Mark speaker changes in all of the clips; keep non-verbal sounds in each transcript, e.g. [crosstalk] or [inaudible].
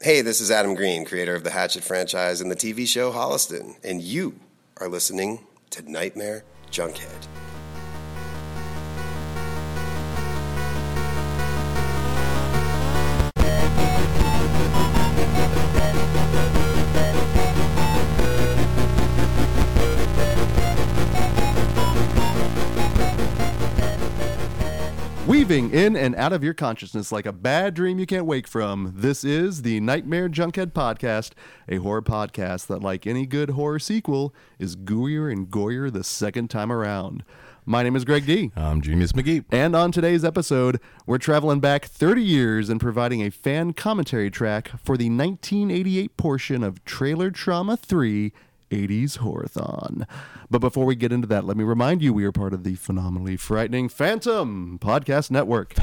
Speaker 1: Hey, this is Adam Green, creator of the Hatchet franchise and the TV show Holliston, and you are listening to Nightmare Junkhead.
Speaker 2: Weaving in and out of your consciousness like a bad dream you can't wake from, this is the Nightmare Junkhead Podcast, a horror podcast that, like any good horror sequel, is gooier and goyer the second time around. My name is Greg D.
Speaker 3: I'm Genius McGee.
Speaker 2: And on today's episode, we're traveling back 30 years and providing a fan commentary track for the 1988 portion of Trailer Trauma 3 80s Horathon. But before we get into that, let me remind you we are part of the phenomenally frightening Phantom Podcast Network.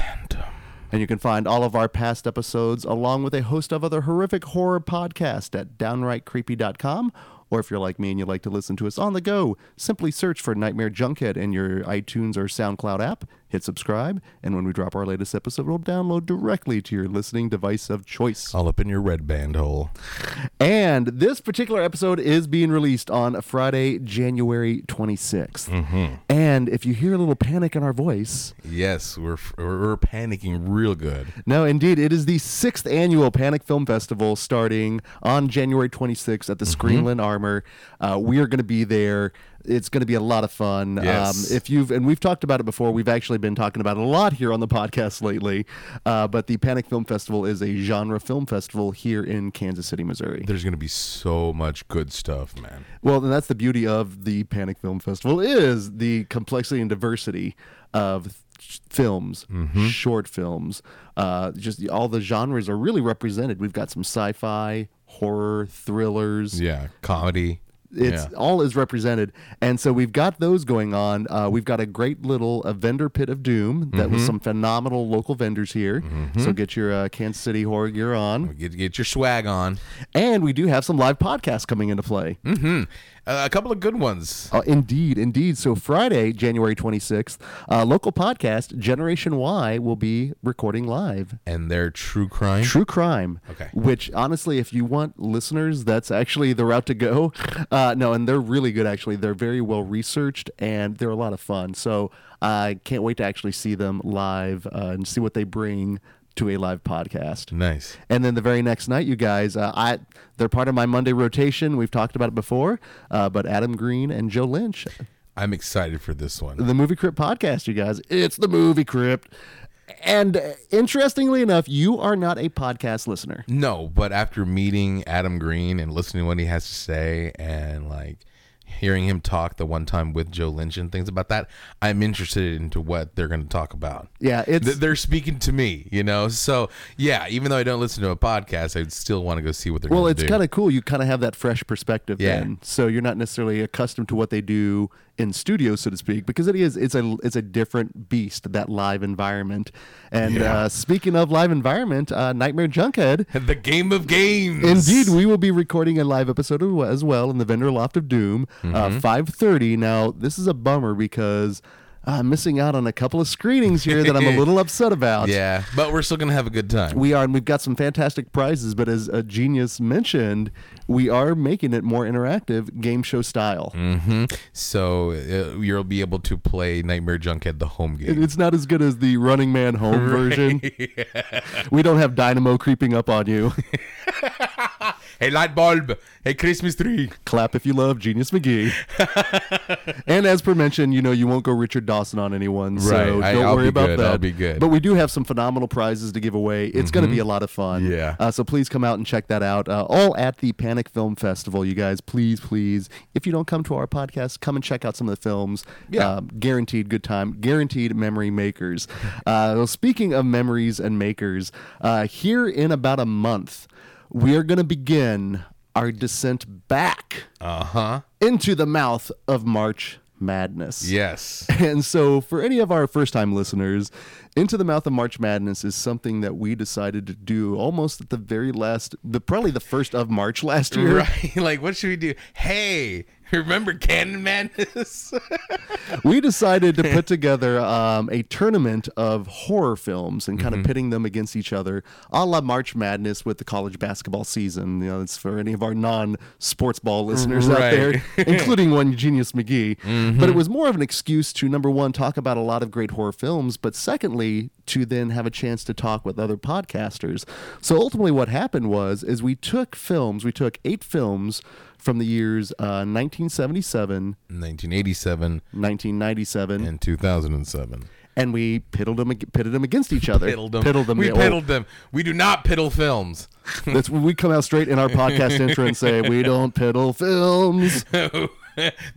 Speaker 2: And you can find all of our past episodes along with a host of other horrific horror podcasts at downrightcreepy.com. Or if you're like me and you like to listen to us on the go, simply search for Nightmare Junkhead in your iTunes or SoundCloud app, hit subscribe, and when we drop our latest episode, it'll download directly to your listening device of choice.
Speaker 3: All up in your red band hole.
Speaker 2: And this particular episode is being released on Friday, January 26th. And if you hear a little panic in our voice,
Speaker 3: Yes, we're f- we're we're panicking real good.
Speaker 2: No, indeed. It is the sixth annual Panic Film Festival starting on January 26th at the Screenland Armor. Uh, we are going to be there. It's going to be a lot of fun. Um,
Speaker 3: Yes.
Speaker 2: if you've and we've talked about it before, we've actually been talking about it a lot here on the podcast lately. Uh, but the Panic Film Festival is a genre film festival here in Kansas City, Missouri.
Speaker 3: There's gonna be so much good stuff, man.
Speaker 2: Well, and that's the beauty of the Panic Film Festival is the complexity and diversity of sh- films,
Speaker 3: Mm-hmm.
Speaker 2: short films. Uh, just the- all the genres are really represented. We've got some sci-fi, horror, thrillers.
Speaker 3: Yeah, comedy.
Speaker 2: It's
Speaker 3: yeah.
Speaker 2: all is represented, and so we've got those going on. Uh, we've got a great little a vendor pit of doom that
Speaker 3: Mm-hmm.
Speaker 2: was some phenomenal local vendors here. So get your uh, Kansas City horror gear on,
Speaker 3: Get, get your swag on.
Speaker 2: and we do have some live podcasts coming into play.
Speaker 3: Uh, a couple of good ones.
Speaker 2: Uh, indeed, indeed. So Friday, January 26th, uh, local podcast Generation Y will be recording live.
Speaker 3: And their true crime.
Speaker 2: True crime.
Speaker 3: Okay.
Speaker 2: Which, honestly, if you want listeners, that's actually the route to go. [laughs] Uh, no, and they're really good, actually. They're very well researched and they're a lot of fun. So I can't wait to actually see them live uh, and see what they bring to a live podcast.
Speaker 3: Nice.
Speaker 2: And then the very next night, you guys, uh, I they're part of my Monday rotation. We've talked about it before, uh, but Adam Green and Joe Lynch
Speaker 3: I'm excited for this one.
Speaker 2: the Movie Crypt podcast, you guys. It's the Movie Crypt. And uh, interestingly enough, you are not a podcast listener.
Speaker 3: No, but after meeting Adam Green and listening to what he has to say and like hearing him talk the one time with Joe Lynch and things about that, I'm interested into what they're going to talk about.
Speaker 2: Yeah, it's
Speaker 3: Th- they're speaking to me, you know. So yeah, even though I don't listen to a podcast, I still want to go see what they're.
Speaker 2: well,
Speaker 3: gonna
Speaker 2: it's
Speaker 3: do.
Speaker 2: kind of cool. You kind of have that fresh perspective
Speaker 3: Yeah.
Speaker 2: then. So you're not necessarily accustomed to what they do in studio, so to speak, because it is it's a it's a different beast that live environment. And
Speaker 3: Yeah.
Speaker 2: uh, speaking of live environment, uh, Nightmare Junkhead
Speaker 3: [laughs] the game of games.
Speaker 2: Indeed, we will be recording a live episode of- as well in the vendor loft of doom, uh, five thirty. Now this is a bummer because I'm missing out on a couple of screenings here that I'm a little upset about.
Speaker 3: yeah, but we're still gonna have a good time.
Speaker 2: We are, and we've got some fantastic prizes. But as a genius mentioned, we are making it more interactive, game show style.
Speaker 3: hmm So uh, you'll be able to play Nightmare Junkhead the home game.
Speaker 2: It's not as good as the Running Man home version. We don't have Dynamo creeping up on you.
Speaker 3: hey light bulb. Hey Christmas tree.
Speaker 2: Clap if you love Genius
Speaker 3: [laughs]
Speaker 2: McGee. and as per mentioned, you know, you won't go Richard Dawson on anyone. So
Speaker 3: Right.
Speaker 2: don't
Speaker 3: I- I'll
Speaker 2: worry
Speaker 3: be
Speaker 2: about
Speaker 3: good.
Speaker 2: that.
Speaker 3: I'll be good. Mm-hmm.
Speaker 2: But we do have some phenomenal prizes to give away. It's going to be a lot of fun.
Speaker 3: Yeah.
Speaker 2: Uh, so please come out and check that out. Uh, all at the Panic Film Festival, you guys. Please, please. If you don't come to our podcast, come and check out some of the films.
Speaker 3: Yeah.
Speaker 2: Um, guaranteed good time. Guaranteed memory makers. Uh, well, speaking of memories and makers, uh, here in about a month, we are going to begin our descent back
Speaker 3: Uh huh.
Speaker 2: into the mouth of March Madness. [laughs]
Speaker 3: Yes.
Speaker 2: And so, for any of our first time listeners, Into the Mouth of March Madness is something that we decided to do almost at the very last, the, probably the first of March last year.
Speaker 3: [laughs] Right. Like, what should we do? Hey, Remember Cannon [laughs] Madness?
Speaker 2: we decided to put together um, a tournament of horror films and kind of pitting them against each other, a la March Madness with the college basketball season. You know, it's for any of our non-sports ball listeners out
Speaker 3: Right.
Speaker 2: there, including one Genius McGee. But it was more of an excuse to number one talk about a lot of great horror films, but secondly to then have a chance to talk with other podcasters. So ultimately, what happened was is we took films, we took eight films from the years uh, 1977
Speaker 3: 1987
Speaker 2: 1997
Speaker 3: and 2007.
Speaker 2: and we piddled them ag- pitted them against each other
Speaker 3: Piddled them.
Speaker 2: piddled them
Speaker 3: We
Speaker 2: yeah, well,
Speaker 3: piddled them. We do not piddle films.
Speaker 2: that's when we come out straight in our
Speaker 3: [laughs]
Speaker 2: podcast intro and say we don't piddle films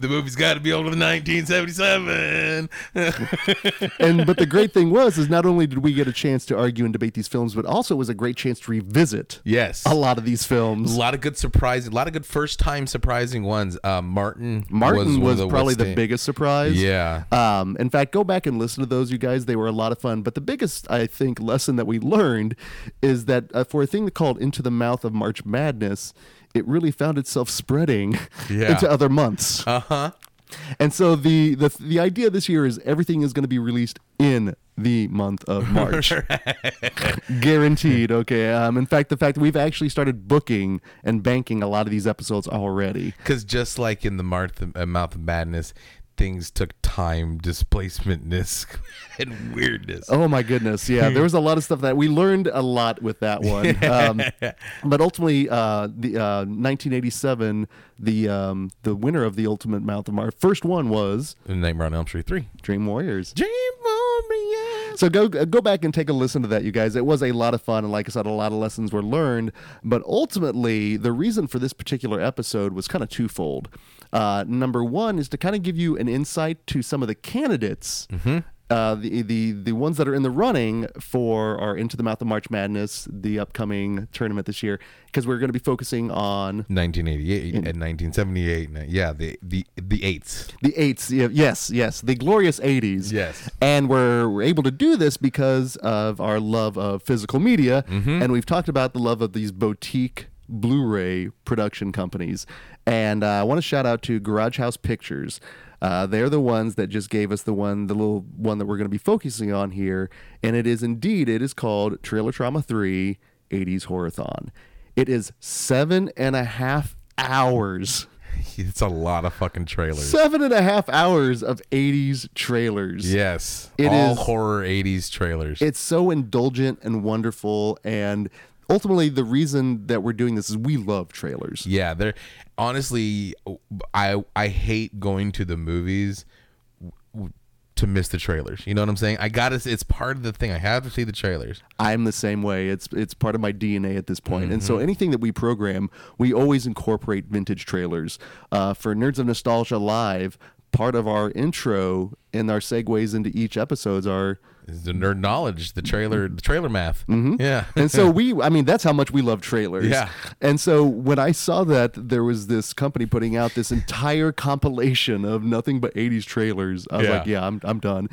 Speaker 3: the movie's got to be older than [laughs] 1977.
Speaker 2: and but the great thing was is not only did we get a chance to argue and debate these films but also it was a great chance to revisit
Speaker 3: yes.
Speaker 2: a lot of these
Speaker 3: A
Speaker 2: films
Speaker 3: lot of good surprising, a lot of good first time surprising ones. Uh, Martin,
Speaker 2: martin
Speaker 3: one
Speaker 2: was,
Speaker 3: of
Speaker 2: probably the
Speaker 3: withsta-
Speaker 2: biggest surprise
Speaker 3: Yeah,
Speaker 2: Um, in fact, go back and listen to those, you guys. They were a lot of fun. But the biggest, I think, lesson that we learned is that uh, for a thing called Into the Mouth of March Madness, it really found itself spreading [laughs]
Speaker 3: Yeah.
Speaker 2: into other months.
Speaker 3: uh huh.
Speaker 2: And so the, the the idea this year is everything is going to be released in the month
Speaker 3: [laughs]
Speaker 2: of March, guaranteed. Okay. Um, in fact, the fact that we've actually started booking and banking a lot of these episodes already.
Speaker 3: Because just like in the Marth- uh, Mouth of Madness, things took time, displacementness, [laughs] and weirdness.
Speaker 2: Oh my goodness! Yeah, there was a lot of stuff that we learned a lot with that one. Um, but ultimately, uh, the uh, 1987, the um, the winner of the Ultimate Mouth of Mar, first one was
Speaker 3: Nightmare on Elm Street three.
Speaker 2: Dream Warriors.
Speaker 3: Dream
Speaker 2: Um.
Speaker 3: Warriors.
Speaker 2: So go uh, go back and take a listen to that, you guys. It was a lot of fun, and like I said, a lot of lessons were learned. But ultimately, the reason for this particular episode was kind of twofold. Uh, number one is to kind of give you an insight to some of the candidates. Uh, the, the the ones that are in the running for are into the mouth of March Madness, the upcoming tournament this year, because we're going to be focusing on
Speaker 3: 1988 and 1978. and, uh, Yeah, the the the eights. [laughs]
Speaker 2: The eights, yeah, yes, yes, the glorious eighties.
Speaker 3: Yes.
Speaker 2: and we're, we're able to do this because of our love of physical media, and we've talked about the love of these boutique Blu-ray production companies. And uh, I want to shout out to Garage House Pictures. Uh, they're the ones that just gave us the one, the little one that we're going to be focusing on here, and it is indeed it is called Trailer Trauma 3 80s Horathon. It is seven and a half hours.
Speaker 3: It's a lot of fucking trailers.
Speaker 2: [laughs] Seven and a half hours of 80s trailers.
Speaker 3: yes,
Speaker 2: It
Speaker 3: all
Speaker 2: is-
Speaker 3: horror 80s trailers.
Speaker 2: It's so indulgent and wonderful. And ultimately, the reason that we're doing this is we love trailers.
Speaker 3: Yeah, they're honestly, I I hate going to the movies w- w- to miss the trailers. You know what I'm saying? I got to. It's part of the thing. I have to see the trailers.
Speaker 2: I'm the same way. It's it's part of my DNA at this point. And so anything that we program, we always incorporate vintage trailers. Uh, for Nerds of Nostalgia Live, part of our intro and our segues into each episodes are
Speaker 3: It's the nerd knowledge, the trailer, the trailer math. Mm-hmm. Yeah,
Speaker 2: and so we i mean that's how much we love trailers
Speaker 3: Yeah.
Speaker 2: and so when i saw that there was this company putting out this entire compilation of nothing but 80s trailers i was
Speaker 3: Yeah.
Speaker 2: like yeah I'm, I'm done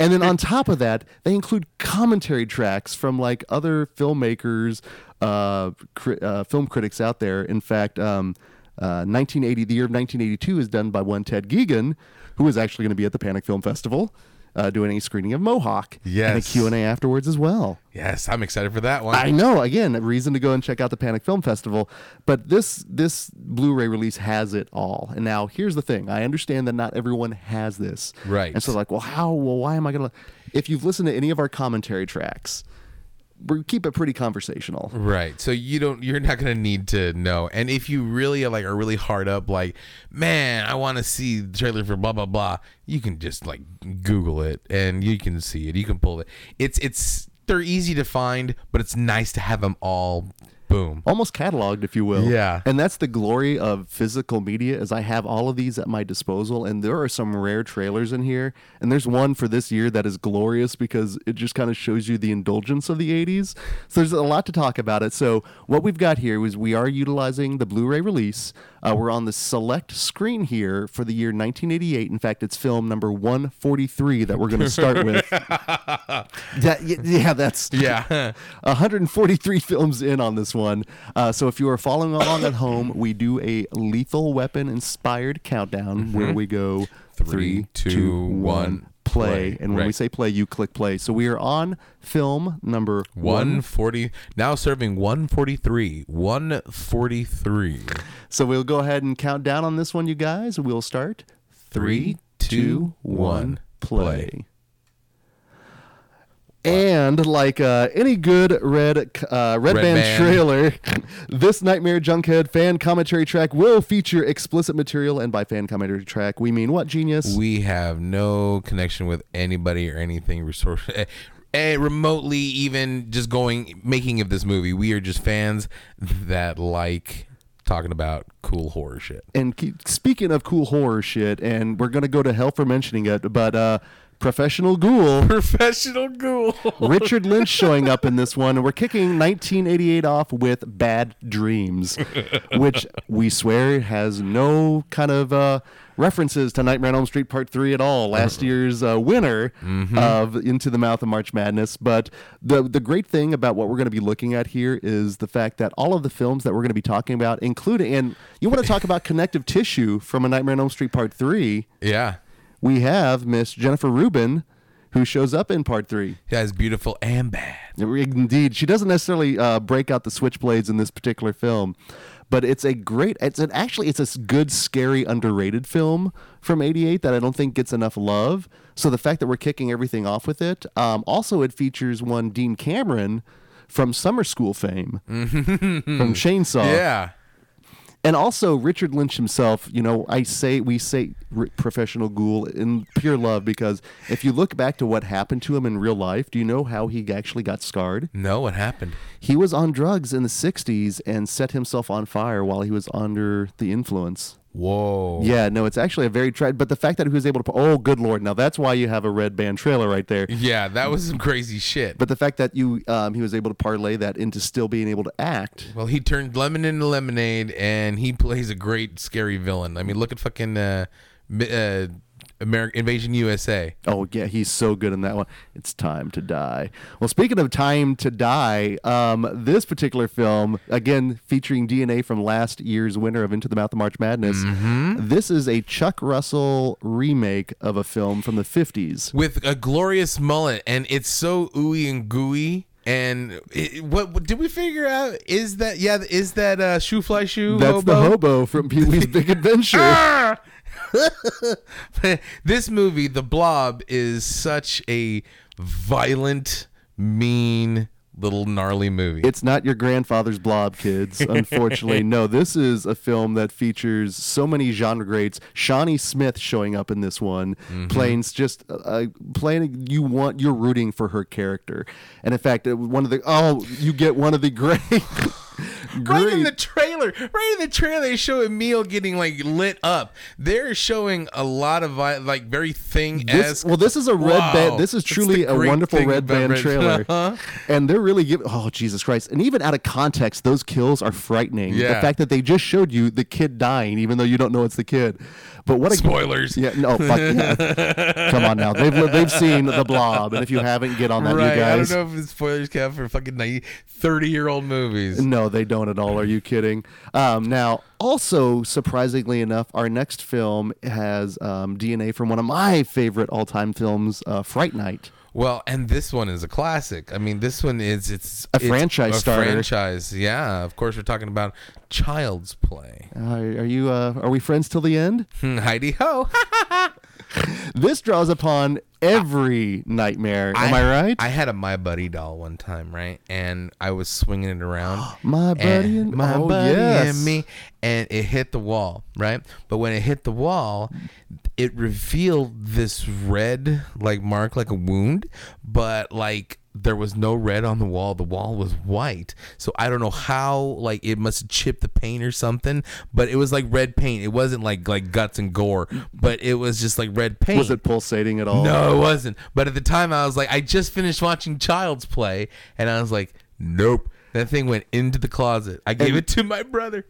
Speaker 2: and then on top of that they include commentary tracks from like other filmmakers uh, cri- uh film critics out there in fact um uh, 1980, the year of 1982 is done by one Ted Geegan, who is actually going to be at the Panic Film Festival, uh, doing a screening of Mohawk and a
Speaker 3: Yes.
Speaker 2: Q and A afterwards as well.
Speaker 3: [laughs] yes, I'm excited for that one.
Speaker 2: I know. Again, a reason to go and check out the Panic Film Festival. But this this Blu-ray release has it all. And now here's the thing: I understand that not everyone has this,
Speaker 3: Right.
Speaker 2: And so, like, well, how? Well, why am I gonna? If you've listened to any of our commentary tracks, we keep it pretty conversational.
Speaker 3: Right. So you don't you're not gonna need to know. And if you really are like are really hard up, like, man, I wanna see the trailer for blah blah blah, you can just like Google it and you can see it. You can pull it. It's it's they're easy to find, but it's nice to have them all boom.
Speaker 2: almost cataloged if you will
Speaker 3: Yeah.
Speaker 2: and that's the glory of physical media is i have all of these at my disposal and there are some rare trailers in here and there's one for this year that is glorious because it just kind of shows you the indulgence of the 80s so there's a lot to talk about it so what we've got here is we are utilizing the blu-ray release uh, we're on the select screen here for the year 1988 in fact it's film number 143 that we're going to start with that, yeah that's
Speaker 3: Yeah.
Speaker 2: 143 films in on this one. Uh, so if you are following along at home, we do a Lethal Weapon inspired countdown where we go Mm-hmm. three, two, one, play.
Speaker 3: play.
Speaker 2: And when we
Speaker 3: Right.
Speaker 2: say play, you click play. So we are on film number
Speaker 3: [laughs] One forty now serving one forty three. One forty three.
Speaker 2: So we'll go ahead and count down on this one, you guys. We'll start
Speaker 3: Three, two, one,
Speaker 2: play. And like uh, any good red uh, red, band,
Speaker 3: band.
Speaker 2: trailer, [laughs] this Nightmare Junkhead fan commentary track will feature explicit material. And by fan commentary track, we mean what genius?
Speaker 3: We have no connection with anybody or anything resource [laughs] eh, remotely even just going making of this movie. We are just fans that like talking about cool horror shit.
Speaker 2: and keep, speaking of cool horror shit, and we're gonna go to hell for mentioning it, but uh, professional ghoul.
Speaker 3: [laughs] Professional ghoul.
Speaker 2: Richard Lynch showing up in this one, and we're kicking 1988 off with Bad Dreams, which we swear has no kind of uh, references to Nightmare on Elm Street Part 3 at all. Last year's uh, winner of Into the Mouth of March Madness. But the, the great thing about what we're going to be looking at here is the fact that all of the films that we're going to be talking about, including, and you want to talk about connective tissue from A Nightmare on Elm Street Part 3,
Speaker 3: Yeah.
Speaker 2: we have Miss Jennifer Rubin. Who shows up in part three?
Speaker 3: That is beautiful and bad.
Speaker 2: Indeed, she doesn't necessarily uh, break out the switchblades in this particular film, but it's a great. It's an actually it's a s- good, scary, underrated film from '88 that I don't think gets enough love. So the fact that we're kicking everything off with it, um, also it features one Dean Cameron from Summer School fame, from Chainsaw,
Speaker 3: Yeah.
Speaker 2: and also Richard Lynch himself. You know, I say we say r- professional ghoul in pure love because if you look back to what happened to him in real life, do you know how he actually got scarred?
Speaker 3: No, what happened?
Speaker 2: He was on drugs in the 60s and set himself on fire while he was under the influence.
Speaker 3: Whoa.
Speaker 2: Yeah, no, it's actually a very tried, but the fact that he was able to, oh, good lord, now that's why you have a red band trailer right there.
Speaker 3: Yeah, that was some crazy shit.
Speaker 2: But the fact that you, um, he was able to parlay that into still being able to act.
Speaker 3: Well, he turned lemon into lemonade, and he plays a great scary villain. I mean, look at fucking uh, Mi- uh, American Invasion USA.
Speaker 2: Oh yeah, he's so good in that one. It's time to die. Well, speaking of time to die, um, this particular film again featuring DNA from last year's winner of Into the Mouth of March Madness. This is a Chuck Russell remake of a film from the 50s.
Speaker 3: with a glorious mullet, and it's so ooey and gooey. And it, what, what did we figure out? Is that yeah? Is that uh, shoe fly shoe?
Speaker 2: That's
Speaker 3: hobo?
Speaker 2: the hobo from Pee
Speaker 3: [laughs]
Speaker 2: Wee's Big Adventure.
Speaker 3: Ah! [laughs] this movie, The Blob, is such a violent, mean, little gnarly movie.
Speaker 2: It's not your grandfather's blob, kids. [laughs] Unfortunately, no. This is a film that features so many genre greats. Shawnee Smith showing up in this one, playing s- just uh, playing. You want you're rooting for her character, and in fact, it- one of the oh, you get one of the
Speaker 3: [laughs]
Speaker 2: great.
Speaker 3: Right in
Speaker 2: great-
Speaker 3: the trailer, right in the trailer, they show Emil getting like lit up. They're showing a lot of vi- like very thing
Speaker 2: This,
Speaker 3: esque.
Speaker 2: well, this is a red
Speaker 3: Wow.
Speaker 2: band. This is
Speaker 3: That's
Speaker 2: truly
Speaker 3: the
Speaker 2: a
Speaker 3: great
Speaker 2: wonderful
Speaker 3: thing
Speaker 2: red
Speaker 3: about
Speaker 2: band
Speaker 3: red-
Speaker 2: trailer,
Speaker 3: [laughs] Uh-huh.
Speaker 2: and they're really giving. Oh, Jesus Christ! And even out of context, those kills are frightening. The
Speaker 3: Yeah.
Speaker 2: fact that they just showed you the kid dying, even though you don't know it's the kid. But what a [laughs]
Speaker 3: Spoilers.
Speaker 2: Yeah, no, fuck yeah. Come on now, they've they've seen the Blob, and if you haven't, get on that,
Speaker 3: right.
Speaker 2: you guys.
Speaker 3: I don't know if it's spoilers count for fucking 90, 30 year old movies.
Speaker 2: No, they don't at all. Are you kidding? Um, now, also surprisingly enough, our next film has um, DNA from one of my favorite all-time films, uh, Fright Night.
Speaker 3: Well, and this one is a classic. I mean, this one is it's
Speaker 2: A
Speaker 3: it's
Speaker 2: franchise
Speaker 3: a
Speaker 2: starter.
Speaker 3: Franchise, yeah. Of course, we're talking about Child's Play. [laughs]
Speaker 2: Uh, are you? Uh, are we friends till the end?
Speaker 3: Hmm, Heidi ho!
Speaker 2: This draws upon every nightmare. Am I, right?
Speaker 3: I had a My Buddy doll one time, right? And I was swinging it around.
Speaker 2: [gasps] My buddy and-
Speaker 3: my
Speaker 2: oh,
Speaker 3: buddy
Speaker 2: yes.
Speaker 3: and me, and it hit the wall, right? But when it hit the wall, it revealed this red like mark, like a wound, but like there was no red on the wall. The wall was white, so I don't know how. Like it must have chipped the paint or something, but it was like red paint. It wasn't like like guts and gore, but it was just like red paint.
Speaker 2: was it pulsating at all?
Speaker 3: No, it wasn't. But at the time, I was like, I just finished watching Child's Play, and I was like, nope. That thing went into the closet. I gave it to my brother.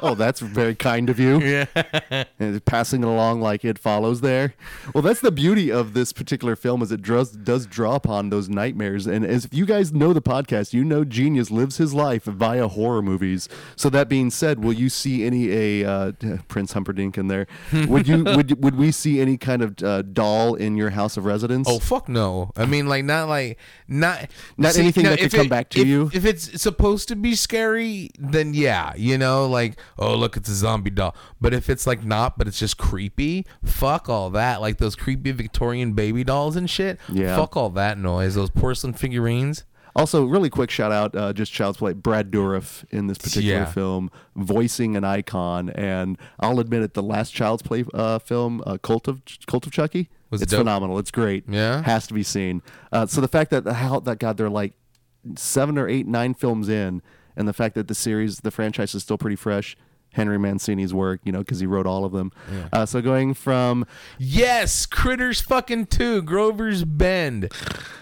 Speaker 2: oh, that's very kind of you. Yeah. And passing it along like it follows there. Well, that's the beauty of this particular film is it does, does draw upon those nightmares. And as if you guys know the podcast, you know Genius lives his life via horror movies. So that being said, will you see any a uh, [laughs] Prince Humperdinck in there? Would you would would we see any kind of uh, doll in your house of residence?
Speaker 3: Oh fuck no! I mean, like not like not
Speaker 2: Not anything that could
Speaker 3: if
Speaker 2: come back to
Speaker 3: if-
Speaker 2: you?
Speaker 3: If it's supposed to be scary, then yeah, you know, like oh look, it's a zombie doll. But if it's like not, but it's just creepy, fuck all that. Like those creepy Victorian baby dolls and shit.
Speaker 2: Yeah.
Speaker 3: Fuck all that noise. Those porcelain figurines.
Speaker 2: Also, really quick shout out, uh, just child's play, Brad Dourif in this particular
Speaker 3: Yeah.
Speaker 2: film, voicing an icon. And I'll admit it, the last child's play uh, film, uh, Cult of Cult of Chucky,
Speaker 3: Was
Speaker 2: it's
Speaker 3: dope.
Speaker 2: phenomenal. It's great.
Speaker 3: Yeah?
Speaker 2: has to be seen. Uh, so the fact that how that God, they're like seven or eight, nine films in, and the fact that the series, the franchise is still pretty fresh. Henry Mancini's work, you know, because he wrote all of them. Uh, so going from
Speaker 3: Yes, critters fucking two. Grover's Bend.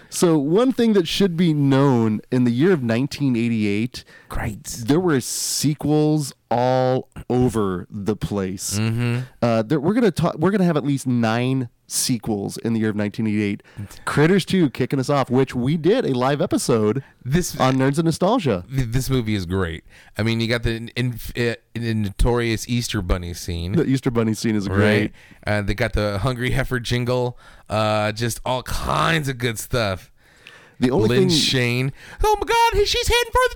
Speaker 2: so one thing that should be known in the year of 1988.
Speaker 3: Great.
Speaker 2: there were sequels all over the place.
Speaker 3: Mm-hmm.
Speaker 2: Uh, there, we're gonna talk. We're gonna have at least nine sequels in the year of 1988. Critters 2 kicking us off, which we did a live episode
Speaker 3: This
Speaker 2: on Nerds and Nostalgia.
Speaker 3: th- this movie is great. I mean, you got the in, in, uh, in- notorious Easter Bunny scene,
Speaker 2: The Easter Bunny scene is
Speaker 3: right?
Speaker 2: great.
Speaker 3: Uh, they got the hungry heifer jingle, uh, just all kinds of good stuff.
Speaker 2: The only
Speaker 3: Lynn
Speaker 2: thing,
Speaker 3: Shane, oh my God, he- she's heading for the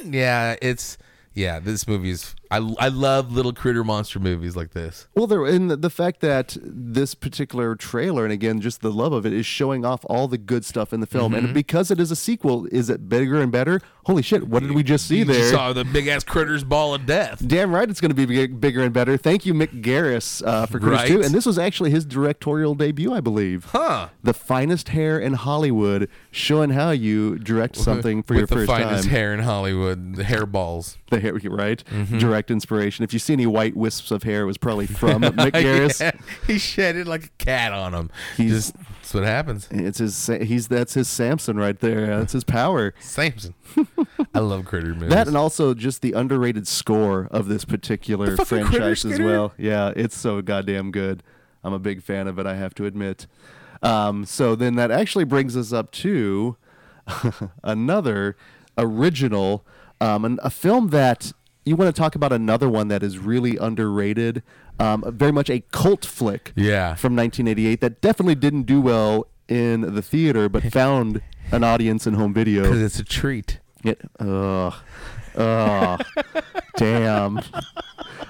Speaker 3: children. Yeah, it's yeah. This movie is. I I love little critter monster movies like this.
Speaker 2: well, there and the, the fact that this particular trailer, and again, just the love of it, is showing off all the good stuff in the film.
Speaker 3: Mm-hmm.
Speaker 2: And because it is a sequel, is it bigger and better? Holy shit! What did we just see
Speaker 3: You
Speaker 2: there?
Speaker 3: just saw the big ass critters ball of death.
Speaker 2: Damn right, it's going to be big, bigger and better. Thank you, Mick Garris, uh, for Critters
Speaker 3: Right.
Speaker 2: 2. And this was actually his directorial debut, I believe.
Speaker 3: Huh.
Speaker 2: The finest hair in Hollywood, showing how you direct something for
Speaker 3: With
Speaker 2: your
Speaker 3: the
Speaker 2: first
Speaker 3: finest
Speaker 2: time.
Speaker 3: hair in Hollywood, the hair balls.
Speaker 2: The hair, right?
Speaker 3: Mm-hmm.
Speaker 2: Direct inspiration. If you see any white wisps of hair, it was probably
Speaker 3: [laughs]
Speaker 2: from Mick Garris.
Speaker 3: Yeah, [laughs] he shedded like a cat on him.
Speaker 2: He's-
Speaker 3: Just that's what happens.
Speaker 2: It's his. Sa- He's that's his Samson right there. That's his power. [laughs]
Speaker 3: Samson. I love critter movies.
Speaker 2: That and also just the underrated score of this particular
Speaker 3: fucking
Speaker 2: franchise
Speaker 3: Critters
Speaker 2: as
Speaker 3: score?
Speaker 2: well. Yeah, it's so goddamn good. I'm a big fan of it, I have to admit. Um, so then that actually brings us up to [laughs] another original, um, an, a film that you want to talk about another one that is really underrated, um, very much a cult flick
Speaker 3: Yeah.
Speaker 2: from 1988 that definitely didn't do well in the theater but found an audience in home video.
Speaker 3: Because it's a treat.
Speaker 2: It, ugh. Ugh. damn.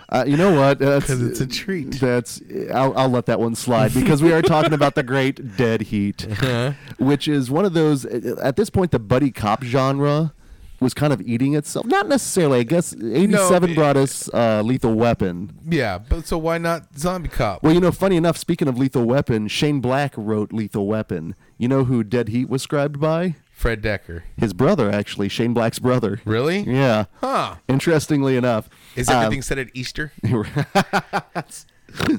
Speaker 2: Uh, you know what? That's,
Speaker 3: 'Cause it's a treat.
Speaker 2: That's I'll, I'll let that one slide because we are talking about the great Dead Heat,
Speaker 3: Uh-huh.
Speaker 2: which is one of those. uh, At this point, the buddy cop genre was kind of eating itself. Not necessarily. I guess '87
Speaker 3: it-
Speaker 2: brought us uh, Lethal Weapon.
Speaker 3: Yeah, but so why not Zombie Cop?
Speaker 2: Well, you know, funny enough, speaking of Lethal Weapon, Shane Black wrote Lethal Weapon. You know who Dead Heat was scribed by?
Speaker 3: Fred Decker.
Speaker 2: His brother, actually, Shane Black's brother.
Speaker 3: Really?
Speaker 2: Yeah.
Speaker 3: Huh.
Speaker 2: Interestingly enough, [laughs]
Speaker 3: Is
Speaker 2: uh,
Speaker 3: everything said at Easter?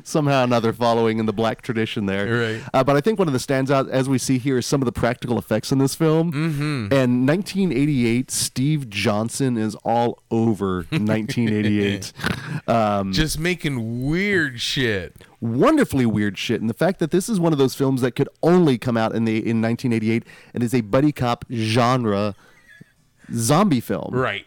Speaker 2: somehow or another following in the black tradition there.
Speaker 3: Right.
Speaker 2: Uh, but I think one of the stands out as we see here is some of the practical effects in this film. Mm-hmm. And 1988, Steve Johnson is all
Speaker 3: [laughs]
Speaker 2: over 1988. um,
Speaker 3: Just making weird shit.
Speaker 2: Wonderfully weird shit. And the fact that this is one of those films that could only come out in the in 1988 and is a buddy cop genre zombie film.
Speaker 3: Right.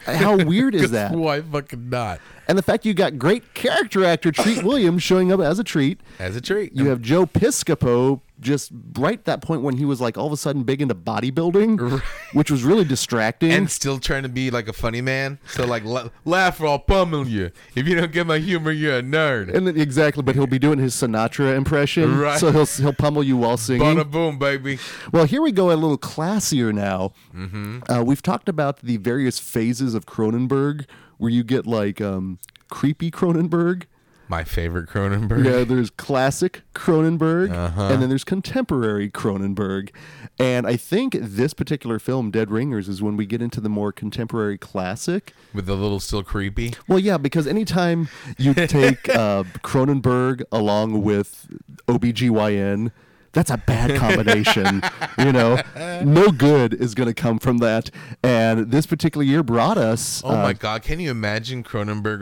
Speaker 2: How weird is
Speaker 3: [laughs] 'Cause
Speaker 2: that?
Speaker 3: Why fucking not?
Speaker 2: And the fact you got great character actor
Speaker 3: [laughs]
Speaker 2: Treat Williams showing up as a treat.
Speaker 3: As a treat.
Speaker 2: You have Joe Piscopo just right that point when he was like all of a sudden big into bodybuilding,
Speaker 3: [laughs]
Speaker 2: which was really distracting.
Speaker 3: and still trying to be like a funny man. So like la- laugh or I'll pummel you. If you don't get my humor, you're a nerd.
Speaker 2: And then, exactly, but he'll be doing his Sinatra impression,
Speaker 3: Right. uh,
Speaker 2: so he'll he'll pummel you while singing.
Speaker 3: Bada boom, baby.
Speaker 2: Well, here we go a little classier now.
Speaker 3: Mm-hmm.
Speaker 2: Uh, we've talked about the various phases of Cronenberg, where you get like um, creepy Cronenberg.
Speaker 3: My favorite Cronenberg.
Speaker 2: Yeah, there's classic Cronenberg, and then there's contemporary Cronenberg. And I think this particular film, Dead Ringers, is when we get into the more contemporary classic.
Speaker 3: With a little still creepy.
Speaker 2: Well, yeah, because anytime you take uh, Cronenberg along with OBGYN, That's a bad combination. you know, no good is going to come from that. And this particular year brought us.
Speaker 3: Oh my God! Can you imagine Cronenberg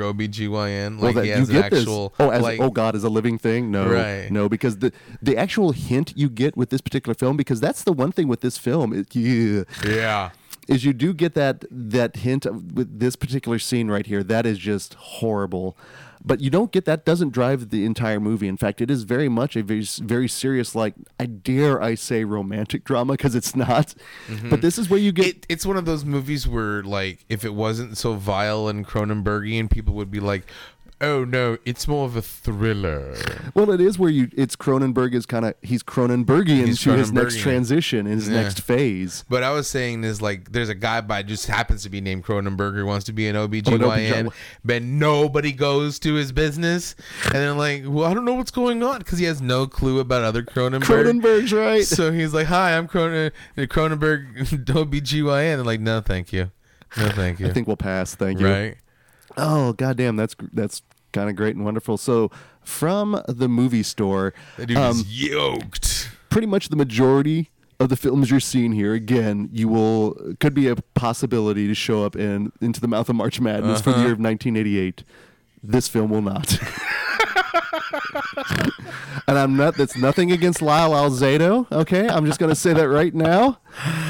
Speaker 2: Uh,
Speaker 3: OBGYN?
Speaker 2: Well,
Speaker 3: Like
Speaker 2: that-
Speaker 3: he has
Speaker 2: you
Speaker 3: an
Speaker 2: get
Speaker 3: actual.
Speaker 2: this. Oh, as,
Speaker 3: like,
Speaker 2: oh God, is a living thing? No,
Speaker 3: Right.
Speaker 2: no, because the the actual hint you get with this particular film, because that's the one thing with this film, it, yeah,
Speaker 3: yeah.
Speaker 2: is you do get that that hint of, with this particular scene right here. That is just horrible, but you don't get that. Doesn't drive the entire movie. In fact, it is very much a very very serious, like I dare I say, romantic drama because it's not. But this is where you get
Speaker 3: Mm-hmm. It, it's one of those movies where, like, if it wasn't so vile and Cronenbergian, people would be like, "Oh no, it's more of a thriller."
Speaker 2: Well, it is where you. It's Cronenberg is kind of he's Cronenbergian
Speaker 3: He's
Speaker 2: to his next
Speaker 3: Cronenbergian.
Speaker 2: transition, his next phase.
Speaker 3: But I was saying is like, there's a guy by just happens to be named Cronenberg who wants to be an OBGYN,
Speaker 2: an OBGYN.
Speaker 3: but nobody goes to his business, and they're like, "Well, I don't know what's going on," because he has no clue about other
Speaker 2: Cronenberg's right.
Speaker 3: So he's like, "Hi, I'm Cronen Cronenberg [laughs] OBGYN." And like, "No, thank you. No, thank you."
Speaker 2: I think we'll pass. Thank you.
Speaker 3: right?
Speaker 2: Oh goddamn, that's gr- that's kind of great and wonderful. So from the movie store, um,
Speaker 3: That dude is yoked.
Speaker 2: pretty much the majority of the films you're seeing here again you will could be a possibility to show up in into the mouth of march madness for the year of 1988 this film will not and i'm not that's nothing against lyle alzado okay i'm just going to say that right now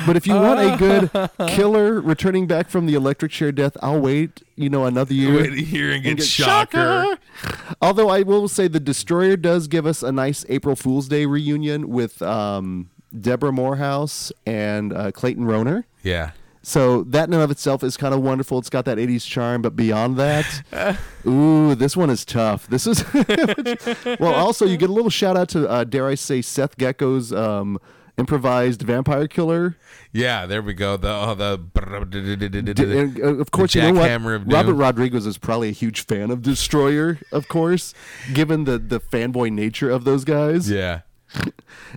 Speaker 2: but if you want a good killer returning back from the electric chair death i'll wait you know another year
Speaker 3: Wait to hear and get,
Speaker 2: get
Speaker 3: shocker.
Speaker 2: shocker. Although I will say the Destroyer does give us a nice April Fool's Day reunion with um, Deborah Morehouse and uh, Clayton Rohner.
Speaker 3: Yeah.
Speaker 2: So that in and of itself is kind of wonderful. It's got that 80s charm, but beyond
Speaker 3: [laughs]
Speaker 2: that, ooh, this one is tough. This is [laughs] well. Also, you get a little shout out to uh, dare I say Seth Gecko's um, improvised vampire killer.
Speaker 3: Yeah, there we go. The oh, the
Speaker 2: D- and, uh, of course,
Speaker 3: the
Speaker 2: you know what?
Speaker 3: jackhammer of doom.
Speaker 2: Robert Rodriguez is probably a huge fan of Destroyer, of course, given the the fanboy nature of those guys.
Speaker 3: yeah.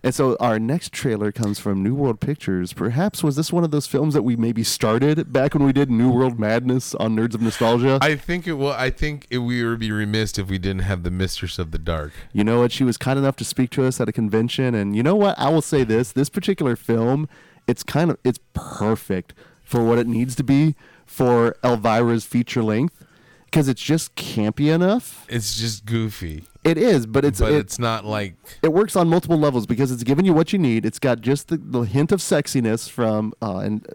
Speaker 2: And so our next trailer comes from New World Pictures. Perhaps was this one of those films that we maybe started back when we did New World Madness on Nerds of Nostalgia?
Speaker 3: I think it will. I think it, we would be remiss if we didn't have the Mistress of the Dark.
Speaker 2: you know what? She was kind enough to speak to us at a convention, and you know what? I will say this: this particular film, it's kind of it's perfect for what it needs to be for Elvira's feature length because it's just campy enough.
Speaker 3: It's just goofy,
Speaker 2: It is, but it's
Speaker 3: but
Speaker 2: it,
Speaker 3: it's not like
Speaker 2: it works on multiple levels because it's giving you what you need. It's got just the, the hint of sexiness from uh, and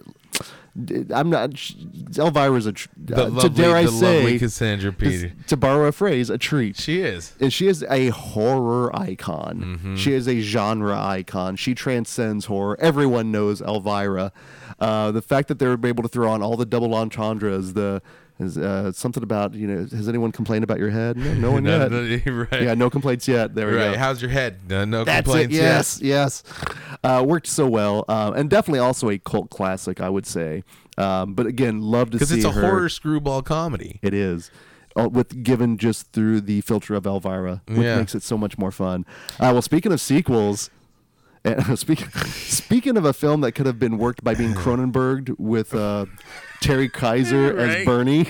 Speaker 2: uh, I'm not sh- Elvira's a tr-
Speaker 3: the
Speaker 2: uh,
Speaker 3: lovely,
Speaker 2: to dare I
Speaker 3: the lovely
Speaker 2: say
Speaker 3: Cassandra
Speaker 2: is-
Speaker 3: Peter.
Speaker 2: to borrow a phrase a treat.
Speaker 3: She is.
Speaker 2: And she is a horror icon.
Speaker 3: Mm-hmm.
Speaker 2: She is a genre icon. She transcends horror. Everyone knows Elvira. Uh, the fact that they were able to throw on all the double entendres, the is, uh, something about you know, has anyone complained about your head? No, no
Speaker 3: [laughs]
Speaker 2: one
Speaker 3: No,
Speaker 2: yet.
Speaker 3: no, right.
Speaker 2: Yeah, no complaints yet. There we
Speaker 3: right.
Speaker 2: go.
Speaker 3: How's your head? No, no
Speaker 2: That's
Speaker 3: complaints.
Speaker 2: it.
Speaker 3: yet.
Speaker 2: Yes, yes. Uh, worked so well, uh, and definitely also a cult classic, I would say. Um, but again, love to
Speaker 3: Because
Speaker 2: see
Speaker 3: it's a
Speaker 2: her.
Speaker 3: horror screwball comedy.
Speaker 2: It is. Uh, with given just through the filter of Elvira, which
Speaker 3: Yeah.
Speaker 2: makes it so much more fun. Uh, well, speaking of sequels, and [laughs] speaking speaking of a film that could have been worked by being Cronenberged with uh, Terry
Speaker 3: [laughs]
Speaker 2: Kaiser as
Speaker 3: Right.
Speaker 2: Bernie,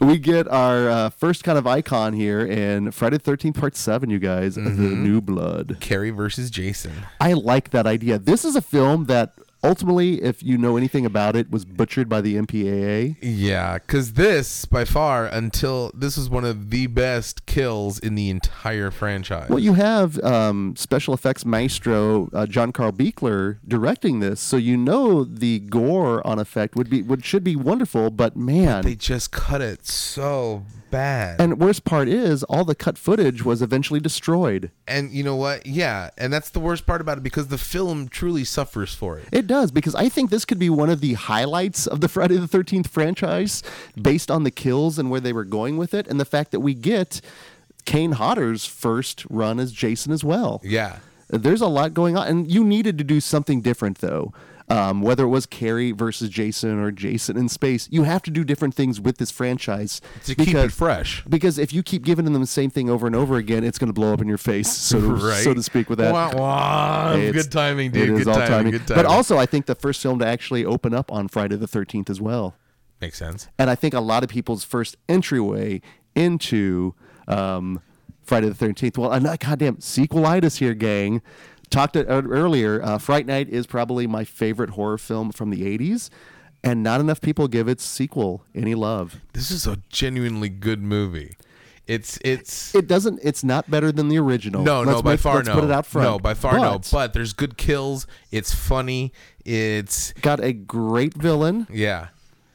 Speaker 2: we get our uh, first kind of icon here in Friday the Thirteenth Part Seven. You guys, the
Speaker 3: Mm-hmm.
Speaker 2: New Blood.
Speaker 3: Carrie versus Jason.
Speaker 2: I like that idea. This is a film that ultimately, if you know anything about it, was butchered by the MPAA.
Speaker 3: Yeah, because this, by far, until this is one of the best kills in the entire franchise.
Speaker 2: Well, you have um, special effects maestro uh, John Carl Beekler directing this, so you know the gore on effect would be would should be wonderful. But man,
Speaker 3: they just cut it so bad. And,
Speaker 2: and worst part is all the cut footage was eventually destroyed.
Speaker 3: you know what? Yeah, and that's the worst part about it because the film truly suffers for it.
Speaker 2: It does because I think this could be one of the highlights of the Friday the Thirteenth franchise, based on the kills and where they were going with it, and the fact that we get Kane Hodder's first run as Jason as well.
Speaker 3: Yeah.
Speaker 2: There's a lot going on, and you needed to do something different, though. Um, whether it was Carrie versus Jason or Jason in space, you have to do different things with this franchise
Speaker 3: To keep it fresh.
Speaker 2: Because if you keep giving them the same thing over and over again, it's going to blow up in your face, so to,
Speaker 3: [laughs] Right.
Speaker 2: so to speak. With that,
Speaker 3: Wah, wah.
Speaker 2: It's-
Speaker 3: Good timing,
Speaker 2: it
Speaker 3: dude.
Speaker 2: is
Speaker 3: Good
Speaker 2: all
Speaker 3: timing, Good timing.
Speaker 2: But also, I think the first film to actually open up on Friday the Thirteenth as well,
Speaker 3: makes sense.
Speaker 2: and I think a lot of people's first entryway into um, Friday the Thirteenth. Well, another goddamn sequelitis here, gang. Talked it out earlier. Uh, Fright Night is probably my favorite horror film from the '80s, and not enough people give its sequel any love.
Speaker 3: This is a genuinely good movie. It's it's
Speaker 2: It doesn't. It's not better than the original.
Speaker 3: no no
Speaker 2: Let's
Speaker 3: by
Speaker 2: make-
Speaker 3: far
Speaker 2: let's
Speaker 3: no
Speaker 2: Put it out front.
Speaker 3: no by far no
Speaker 2: But
Speaker 3: but there's good kills. It's funny. It's
Speaker 2: got a great villain.
Speaker 3: yeah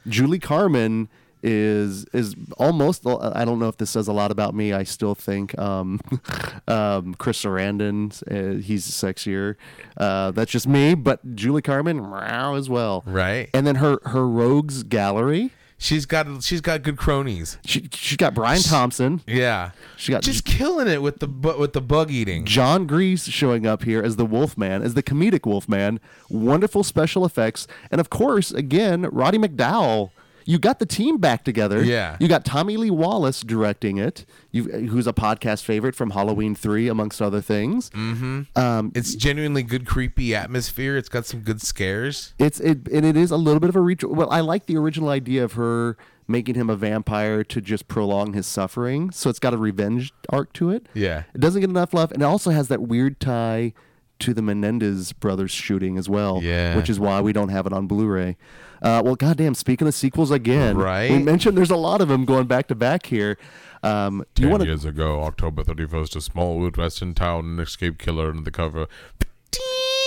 Speaker 2: Julie Carmen is is almost. I don't know if this says a lot about me. I still think um, [laughs] um, Chris Sarandon. Uh, he's sexier. Uh, that's just me. But Julie Carmen meow, as well.
Speaker 3: Right.
Speaker 2: And then her her rogues gallery.
Speaker 3: she's got she's got good cronies.
Speaker 2: She she got Brian Thompson.
Speaker 3: Yeah,
Speaker 2: She got-
Speaker 3: just killing it with the bu- with the bug eating.
Speaker 2: John Grease showing up here as the Wolfman, as the comedic Wolfman. Wonderful special effects, and of course, again, Roddy McDowell. You got the team back together.
Speaker 3: Yeah.
Speaker 2: you got Tommy Lee Wallace directing it. You, who's a podcast favorite from Halloween Three, amongst other things.
Speaker 3: It's genuinely good creepy atmosphere. It's got some good scares.
Speaker 2: It's it and it is a little bit of a reach. Well, I like the original idea of her making him a vampire to just prolong his suffering. So it's got a revenge arc to it.
Speaker 3: Yeah.
Speaker 2: it doesn't get enough love, and it also has that weird tie to the Menendez brothers shooting as well.
Speaker 3: Yeah.
Speaker 2: which is why we don't have it on Blu-ray. Uh, well, goddamn. Speaking of sequels again,
Speaker 3: Right.
Speaker 2: We mentioned there's a lot of them going back to back here. Um, do you want to?
Speaker 3: years ago, October thirty first, a small Midwestern town, an escape killer under the cover.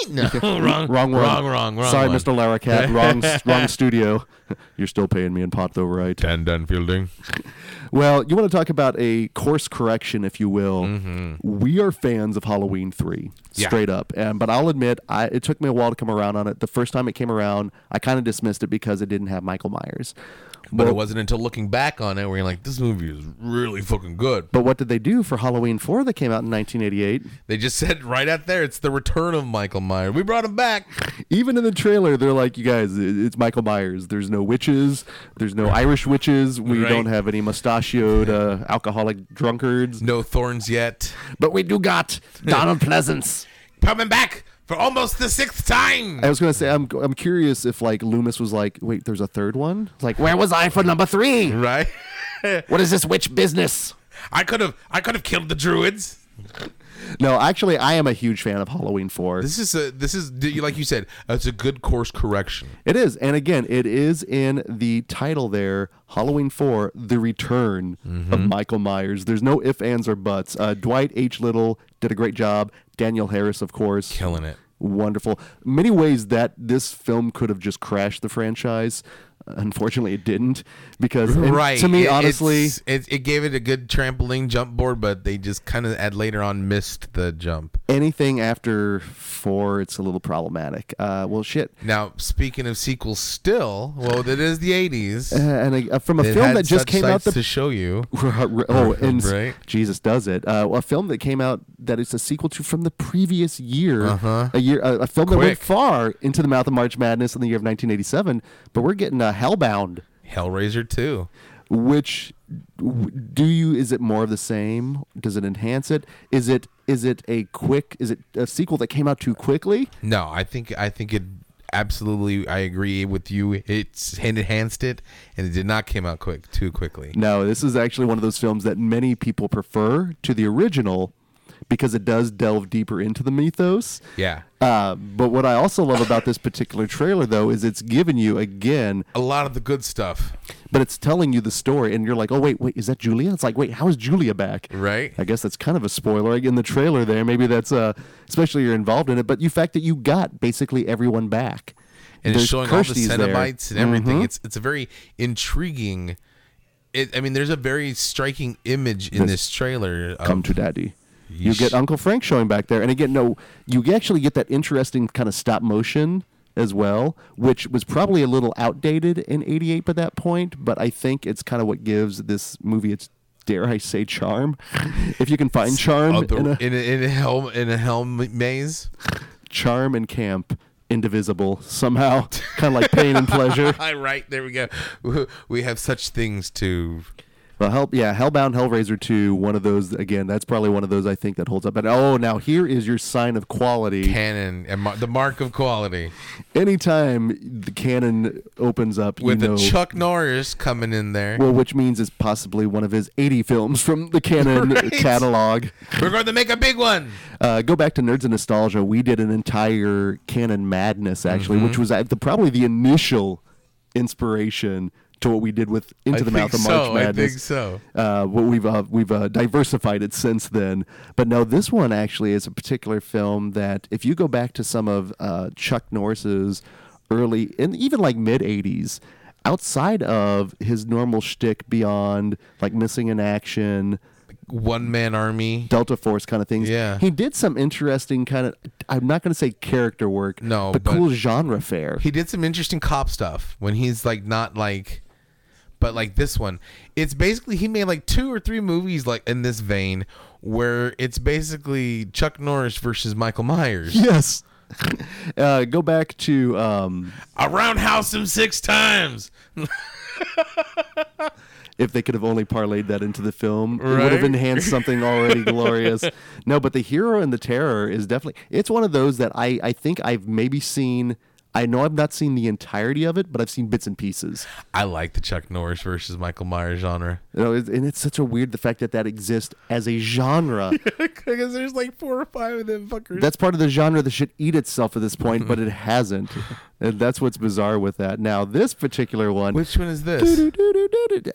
Speaker 3: No, [laughs]
Speaker 2: [laughs]
Speaker 3: wrong,
Speaker 2: Wrong one.
Speaker 3: wrong, wrong, wrong.
Speaker 2: Sorry,
Speaker 3: one.
Speaker 2: Mr. Laracat. Wrong,
Speaker 3: [laughs]
Speaker 2: wrong studio. [laughs] You're still paying me in pot though, right?
Speaker 3: Dan Dan Fielding.
Speaker 2: Well, you want to talk about a course correction, if you will. We are fans of Halloween three,
Speaker 3: Mm-hmm. Yeah.
Speaker 2: straight up. And but I'll admit, I, it took me a while to come around on it. The first time it came around, I kind of dismissed it because it didn't have Michael Myers.
Speaker 3: But
Speaker 2: Well-
Speaker 3: it wasn't until looking back on it where you're like, this movie is really fucking good.
Speaker 2: But what did they do for Halloween four that came out in 1988?
Speaker 3: They just said right out there, it's the return of Michael Myers. We brought him back.
Speaker 2: Even in the trailer, they're like, "You guys, it- it's Michael Myers. There's no witches. There's no Irish witches. We
Speaker 3: Right.
Speaker 2: don't have any mustachioed uh, alcoholic drunkards.
Speaker 3: No thorns yet.
Speaker 2: But we do got Donald Pleasance."
Speaker 3: Coming back for almost the sixth time.
Speaker 2: I was gonna say I'm I'm curious if like Loomis was like, wait, there's a third one. It's Like, where was I for number three?
Speaker 3: Right?
Speaker 2: What is this witch business?
Speaker 3: I could have I could have killed the druids.
Speaker 2: No, actually, I am a huge fan of Halloween Four.
Speaker 3: This is a this is like you said, it's a good course correction.
Speaker 2: It is, and again, it is in the title there, Halloween Four: The Return of Michael Myers. There's no if, ands, or buts. Uh, Dwight H. Little did a great job. Daniel Harris, of course,
Speaker 3: Killing it.
Speaker 2: wonderful. Many ways that this film could have just crashed the franchise. Unfortunately, it didn't because and
Speaker 3: Right.
Speaker 2: to me,
Speaker 3: It-
Speaker 2: honestly.
Speaker 3: it's- it, it gave it a good trampoline jump board, but they just kind of at later on missed the jump.
Speaker 2: anything after four, it's a little problematic. Uh, well, shit.
Speaker 3: Now, speaking of sequels, still, well, it is the '80s.
Speaker 2: Uh, and uh, from a
Speaker 3: It
Speaker 2: film
Speaker 3: had
Speaker 2: that just
Speaker 3: such
Speaker 2: came out
Speaker 3: sights
Speaker 2: the [laughs]
Speaker 3: to show you. [laughs]
Speaker 2: oh, and s-
Speaker 3: Right.
Speaker 2: Jesus does it. Uh, a film that came out that is a sequel to from the previous year, uh-huh. a year, a, a film that
Speaker 3: Quick.
Speaker 2: went far into the mouth of March Madness in the year of 1987. But we're getting uh, Hellbound,
Speaker 3: Hellraiser 2.
Speaker 2: which w- do you? Is it more of the same? Does it enhance it? Is it is it a quick? Is it a sequel that came out too quickly?
Speaker 3: No, I think I think it absolutely. I agree with you. It's it enhanced it, and it did not came out quick too quickly.
Speaker 2: No, this is actually one of those films that many people prefer to the original because it does delve deeper into the mythos.
Speaker 3: Yeah,
Speaker 2: Uh, but what I also love about this particular trailer, though, is it's giving you again,
Speaker 3: a lot of the good stuff.
Speaker 2: but it's telling you the story, and you're like, oh, wait, wait, is that Julia? It's like, wait, how is Julia back?
Speaker 3: Right.
Speaker 2: I guess that's kind of a spoiler in the trailer there. Maybe that's, uh, especially you're involved in it, but you fact that you got basically everyone back.
Speaker 3: And it's
Speaker 2: There's
Speaker 3: showing
Speaker 2: Kirsty's
Speaker 3: all
Speaker 2: there. Mm-hmm.
Speaker 3: the Cenobites and everything. It's it's a very intriguing. It, I mean, there's a very striking image in
Speaker 2: This-
Speaker 3: this trailer. of-
Speaker 2: come to daddy. You
Speaker 3: Yeesh.
Speaker 2: get Uncle Frank showing back there, and again, no, you actually get that interesting kind of stop motion as well, which was probably a little outdated in '88 by that point. But I think it's kind of what gives this movie its, dare I say, charm, [laughs] if you can find charm
Speaker 3: of the-
Speaker 2: in a
Speaker 3: in, a, in a helm in a helm maze. [laughs]
Speaker 2: charm and camp, indivisible somehow, [laughs]
Speaker 3: [laughs]
Speaker 2: kind of like pain and pleasure.
Speaker 3: All right, there we go. We have such things to
Speaker 2: Well, help, yeah, Hellbound, Hellraiser two, one of those again. That's probably one of those I think that holds up. But oh, now here is your sign of quality.
Speaker 3: Canon and mar- the mark of quality
Speaker 2: Anytime the canon opens up,
Speaker 3: with
Speaker 2: you
Speaker 3: the
Speaker 2: know,
Speaker 3: Chuck Norris coming in there.
Speaker 2: well, which means it's possibly one of his eighty films from the canon
Speaker 3: [laughs] Right.
Speaker 2: catalog.
Speaker 3: We're going to make a big one.
Speaker 2: Uh, go back to Nerds and Nostalgia. We did an entire canon madness actually,
Speaker 3: Mm-hmm.
Speaker 2: which was uh, the, probably the initial inspiration to what we did with Into
Speaker 3: I
Speaker 2: the
Speaker 3: think
Speaker 2: Mouth of
Speaker 3: so.
Speaker 2: March
Speaker 3: I
Speaker 2: Madness.
Speaker 3: think so.
Speaker 2: Uh, what we've uh, we've uh, diversified it since then, but no, this one actually is a particular film that if you go back to some of uh, Chuck Norris's early and even like mid '80s, outside of his normal shtick, beyond like missing in action,
Speaker 3: One man army.
Speaker 2: Delta Force kind of things.
Speaker 3: Yeah.
Speaker 2: He did some interesting kind of I'm not gonna say character work.
Speaker 3: No,
Speaker 2: But,
Speaker 3: but-
Speaker 2: cool genre fare.
Speaker 3: He did some interesting cop stuff when he's like not like but like this one. It's basically he made like two or three movies like in this vein where it's basically Chuck Norris versus Michael Myers. [laughs]
Speaker 2: yes. [laughs] uh, go back to um,
Speaker 3: I roundhouse him six times.
Speaker 2: if they could have only parlayed that into the film, it would have
Speaker 3: Right?
Speaker 2: enhanced something already glorious. No, but the hero and the terror is definitely it's one of those that I, I think I've maybe seen I know I've not seen the entirety of it, but I've seen bits and pieces.
Speaker 3: I like the Chuck Norris versus Michael Myers [laughs] genre.
Speaker 2: You know, it's- and it's such a weird the fact that that exists as a genre.
Speaker 3: Because there's like four or five of them fuckers.
Speaker 2: that's part of the genre that should eat itself at this point, but it hasn't. And that's what's bizarre with that. Now, this particular one.
Speaker 3: Which one is [laughs] this?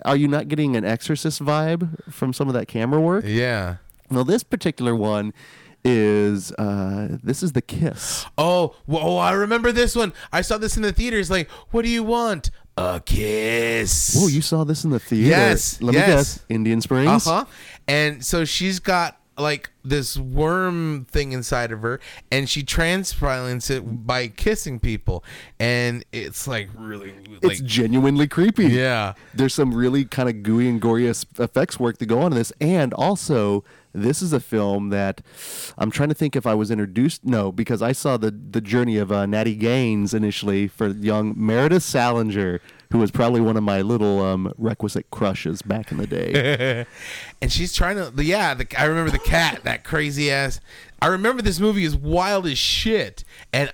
Speaker 2: Are you not getting an Exorcist vibe from some of that camera work?
Speaker 3: yeah.
Speaker 2: Well, this particular one is uh, this is the kiss.
Speaker 3: Oh, whoa, oh, I remember this one. I saw this in the theaters. Like, what do you want? A kiss.
Speaker 2: Oh, you saw this in the theater?
Speaker 3: Yes,
Speaker 2: Let
Speaker 3: yes.
Speaker 2: me guess. Indian Springs.
Speaker 3: Uh huh. And so she's got like this worm thing inside of her, and she transplants it by kissing people, and it's like really like
Speaker 2: It's genuinely creepy.
Speaker 3: yeah.
Speaker 2: there's some really kind of gooey and gory es- effects work that go on in this and also this is a film that i'm trying to think if i was introduced no because i saw the, the journey of uh, natty gaines initially for young meredith salinger who was probably one of my little um, requisite crushes back in the
Speaker 3: [laughs]
Speaker 2: day
Speaker 3: And she's trying to the- yeah. The, I remember the cat, that crazy ass. I remember this movie is wild as shit, and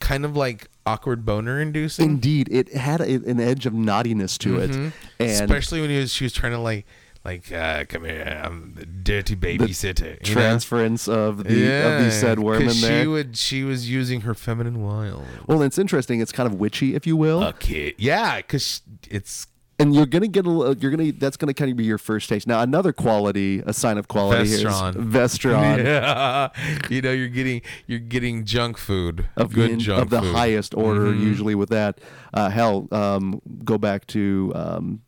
Speaker 3: kind of like awkward boner inducing.
Speaker 2: indeed it had a, an edge of naughtiness to it and
Speaker 3: Mm-hmm. especially when he was she was trying to like like uh come here i'm the dirty babysitter you know?
Speaker 2: transference of the of the said worm
Speaker 3: 'cause
Speaker 2: in there
Speaker 3: she would she was using her feminine wiles
Speaker 2: well it's interesting it's kind of witchy if you will
Speaker 3: a kid yeah because it's
Speaker 2: and you're gonna get a little, you're gonna that's gonna kind of be your first taste. Now another quality, a sign of quality
Speaker 3: Vestron.
Speaker 2: here is Vestron
Speaker 3: [laughs] yeah you know you're getting you're getting junk food
Speaker 2: of
Speaker 3: good
Speaker 2: the in-
Speaker 3: junk
Speaker 2: of the
Speaker 3: food Mm-hmm.
Speaker 2: highest order usually with that. Uh, hell, um, go back to um,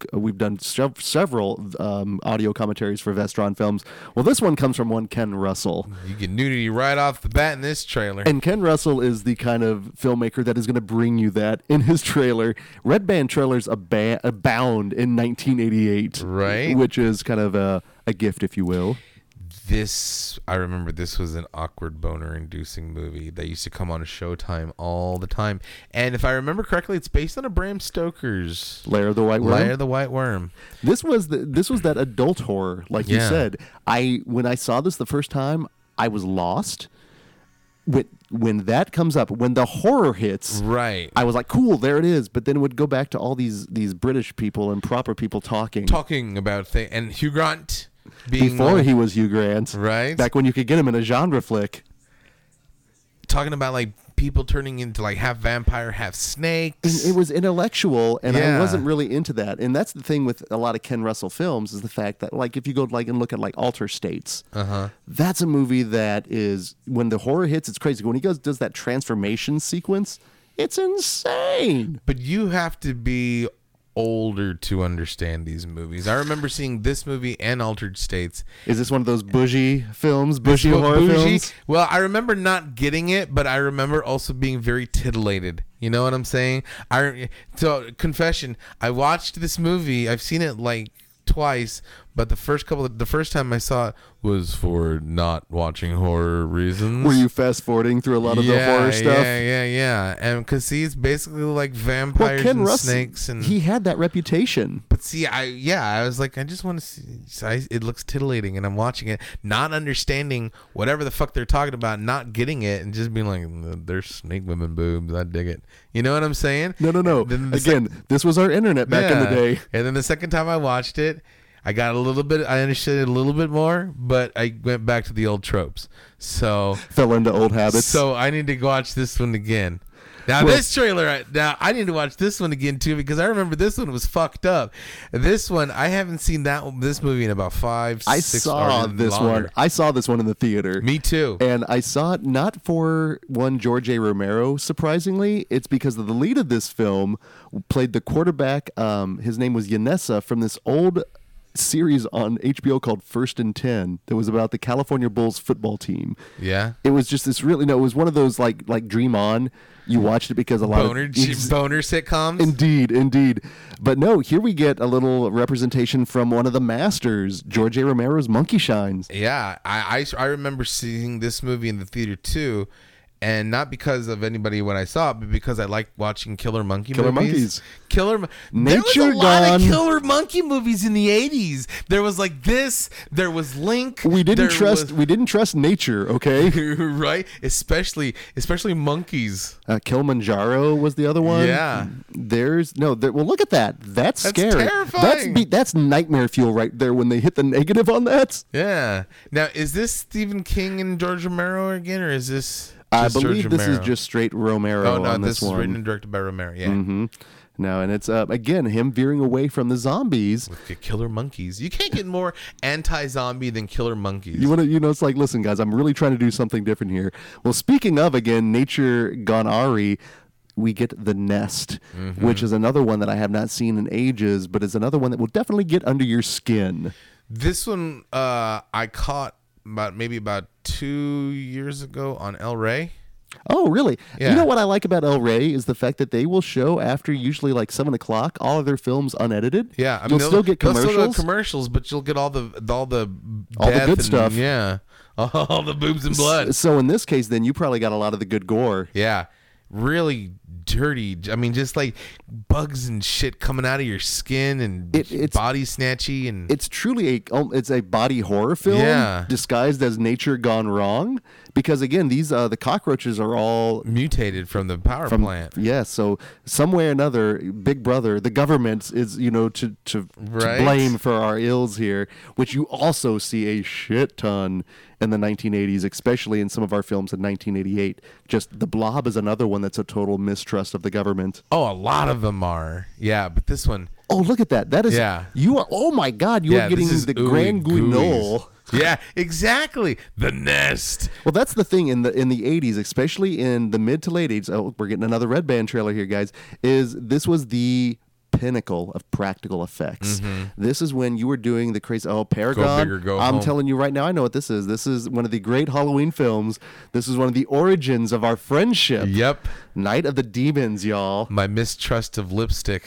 Speaker 2: g- we've done sev- several um, audio commentaries for Vestron films. Well, this one comes from one Ken Russell.
Speaker 3: you get nudity right off the bat in this trailer
Speaker 2: And Ken Russell is the kind of filmmaker that is going to bring you that in his trailer. Red Band trailers aba- abound in 1988,
Speaker 3: Right.
Speaker 2: Which is kind of a, a gift, if you will.
Speaker 3: this I remember this was an awkward boner inducing movie that used to come on Showtime all the time. And if I remember correctly, it's based on a Bram Stoker's
Speaker 2: Lair of the White Worm.
Speaker 3: Liar the White Worm.
Speaker 2: This was the, this was that adult horror, like you
Speaker 3: Yeah.
Speaker 2: said. I when I saw this the first time, I was lost. When when that comes up, when the horror hits,
Speaker 3: Right.
Speaker 2: I was like, "Cool, there it is." But then it would go back to all these these British people and proper people talking.
Speaker 3: Talking about thing and Hugh Grant being
Speaker 2: Before
Speaker 3: like,
Speaker 2: he was Hugh Grant,
Speaker 3: Right.
Speaker 2: Back when you could get him in a genre flick,
Speaker 3: talking about like people turning into like half vampire, half
Speaker 2: and
Speaker 3: snakes.
Speaker 2: it was intellectual, and I
Speaker 3: Yeah.
Speaker 2: wasn't really into that. And that's the thing with a lot of Ken Russell films is the fact that, like, if you go like and look at like Alter States,
Speaker 3: uh-huh.
Speaker 2: that's a movie that is when the horror hits, it's crazy. When he goes does that transformation sequence, it's insane.
Speaker 3: But you have to be older to understand these movies. I remember seeing this movie and Altered States
Speaker 2: Is this one of those bougie films, bougie
Speaker 3: Well,
Speaker 2: horror
Speaker 3: bougie.
Speaker 2: films?
Speaker 3: Well, I remember not getting it, but I remember also being very titillated. You know what I'm saying? I so confession. I watched this movie. I've seen it like twice, But the first couple, of, the first time I saw it was for not watching horror reasons.
Speaker 2: Were you fast forwarding through a lot of the horror stuff?
Speaker 3: Yeah, yeah, yeah. And because see, it's basically like vampires
Speaker 2: Ken
Speaker 3: and
Speaker 2: Russ,
Speaker 3: snakes, and
Speaker 2: he had that reputation.
Speaker 3: but see, I yeah, I was like, I just want to see. so I, it looks titillating, and I'm watching it, not understanding whatever the fuck they're talking about, not getting it, and just being like, "There's snake women boobs." I dig it. You know what I'm saying?
Speaker 2: No, no, no.
Speaker 3: And then the
Speaker 2: Again, this was our internet back in the
Speaker 3: yeah.
Speaker 2: day.
Speaker 3: And then the second time I watched it, I got a little bit, I understood it a little bit more, but I went back to the old tropes. So,
Speaker 2: Fell into old habits.
Speaker 3: so I need to watch this one again. Now
Speaker 2: Well-
Speaker 3: this trailer, I- now I need to watch this one again too because I remember this one was fucked up. This one I haven't seen that one, this movie in about five.
Speaker 2: I
Speaker 3: six,
Speaker 2: saw
Speaker 3: or
Speaker 2: this one.
Speaker 3: longer.
Speaker 2: I saw this one in the theater.
Speaker 3: Me too.
Speaker 2: And I saw it not for one George A. Romero, surprisingly. It's because the lead of this film played the quarterback. Um, his name was Yanessa from this old series on HBO called First and Ten that was about the California Bulls football team.
Speaker 3: yeah.
Speaker 2: It was just this really no, it was one of those like like Dream On. You watched it because a lot [laughs]
Speaker 3: Boner,
Speaker 2: of
Speaker 3: boner
Speaker 2: [laughs]
Speaker 3: sitcoms.
Speaker 2: Indeed, indeed. But no, here we get a little representation from one of the masters, George A. Romero's Monkey Shines.
Speaker 3: Yeah, I, I I remember seeing this movie in the theater too, and not because of anybody when I saw it, but because I liked watching killer monkey
Speaker 2: Killer
Speaker 3: movies.
Speaker 2: monkeys.
Speaker 3: Killer Mon- There was a
Speaker 2: Nature
Speaker 3: lot
Speaker 2: Gone.
Speaker 3: of killer monkey movies in the eighties. There was like this. There was Link.
Speaker 2: We didn't
Speaker 3: there
Speaker 2: trust
Speaker 3: was-
Speaker 2: we didn't trust nature,
Speaker 3: [laughs]
Speaker 2: okay?
Speaker 3: right, especially especially monkeys.
Speaker 2: Uh, Kilimanjaro was the other one.
Speaker 3: Yeah.
Speaker 2: There's no there, well look at that. That's,
Speaker 3: That's
Speaker 2: scary. That's
Speaker 3: terrifying.
Speaker 2: be, that's nightmare fuel right there when they hit the negative on that.
Speaker 3: Yeah. Now is this Stephen King and George Romero again, or is this?
Speaker 2: I
Speaker 3: just George
Speaker 2: believe this is
Speaker 3: Romero?
Speaker 2: just straight Romero
Speaker 3: Oh no,
Speaker 2: on
Speaker 3: this,
Speaker 2: this,
Speaker 3: is
Speaker 2: one. Mm-hmm.
Speaker 3: written and directed by Romero. Yeah.
Speaker 2: no, and it's uh, again him veering away from the zombies.
Speaker 3: With the killer monkeys. You can't
Speaker 2: [laughs]
Speaker 3: get more anti-zombie than killer monkeys.
Speaker 2: You want to, you know, it's like, listen, guys, I'm really trying to do something different here. Well, speaking of again, nature gone Ari, we get the nest,
Speaker 3: Mm-hmm.
Speaker 2: which is another one that I have not seen in ages, but is another one that will definitely get under your skin.
Speaker 3: this one uh, I caught about maybe about two years ago on El Rey.
Speaker 2: Oh, really?
Speaker 3: Yeah.
Speaker 2: You know what I like about El Rey is the fact that they will show after usually like seven o'clock all of their films unedited.
Speaker 3: Yeah,
Speaker 2: you'll
Speaker 3: they'll-
Speaker 2: still get
Speaker 3: they'll
Speaker 2: commercials.
Speaker 3: get commercials, but you'll get all the all the
Speaker 2: All the
Speaker 3: death
Speaker 2: good
Speaker 3: and-
Speaker 2: stuff.
Speaker 3: Yeah, [laughs] all the boobs and blood.
Speaker 2: so in this case, then you probably got a lot of the good gore.
Speaker 3: Yeah. Really dirty. I mean, just like bugs and shit coming out of your skin and
Speaker 2: It- it's-
Speaker 3: body snatchy and
Speaker 2: it's truly a um, it's a body horror film
Speaker 3: Yeah.
Speaker 2: disguised as nature gone wrong because again these uh, the cockroaches are all
Speaker 3: mutated from the power plant.
Speaker 2: yeah so some way or another big brother the government is you know to to,
Speaker 3: Right.
Speaker 2: to blame for our ills here which you also see a shit ton in the 1980s especially in some of our films in 1988 just the blob is another one that's a total mistrust of the government
Speaker 3: Oh, a lot of them are. Yeah, but this one.
Speaker 2: oh look at that that is
Speaker 3: Yeah.
Speaker 2: you are oh my god you are
Speaker 3: this
Speaker 2: getting
Speaker 3: is
Speaker 2: the
Speaker 3: ooey
Speaker 2: grand
Speaker 3: gooeys.
Speaker 2: guignol
Speaker 3: Yeah, exactly. The nest.
Speaker 2: Well, that's the thing in the in the eighties, especially in the mid to late eighties. Oh, we're getting another Red Band trailer here, guys. Is this was the pinnacle of practical effects? This is when you were doing the crazy. Oh, Paragon!
Speaker 3: big or Mm-hmm. go
Speaker 2: I'm
Speaker 3: home.
Speaker 2: telling you right now, I know what this is. This is one of the great Halloween films. This is one of the origins of our friendship.
Speaker 3: Yep.
Speaker 2: Night of the Demons,
Speaker 3: [laughs]
Speaker 2: y'all.
Speaker 3: My mistrust of lipstick.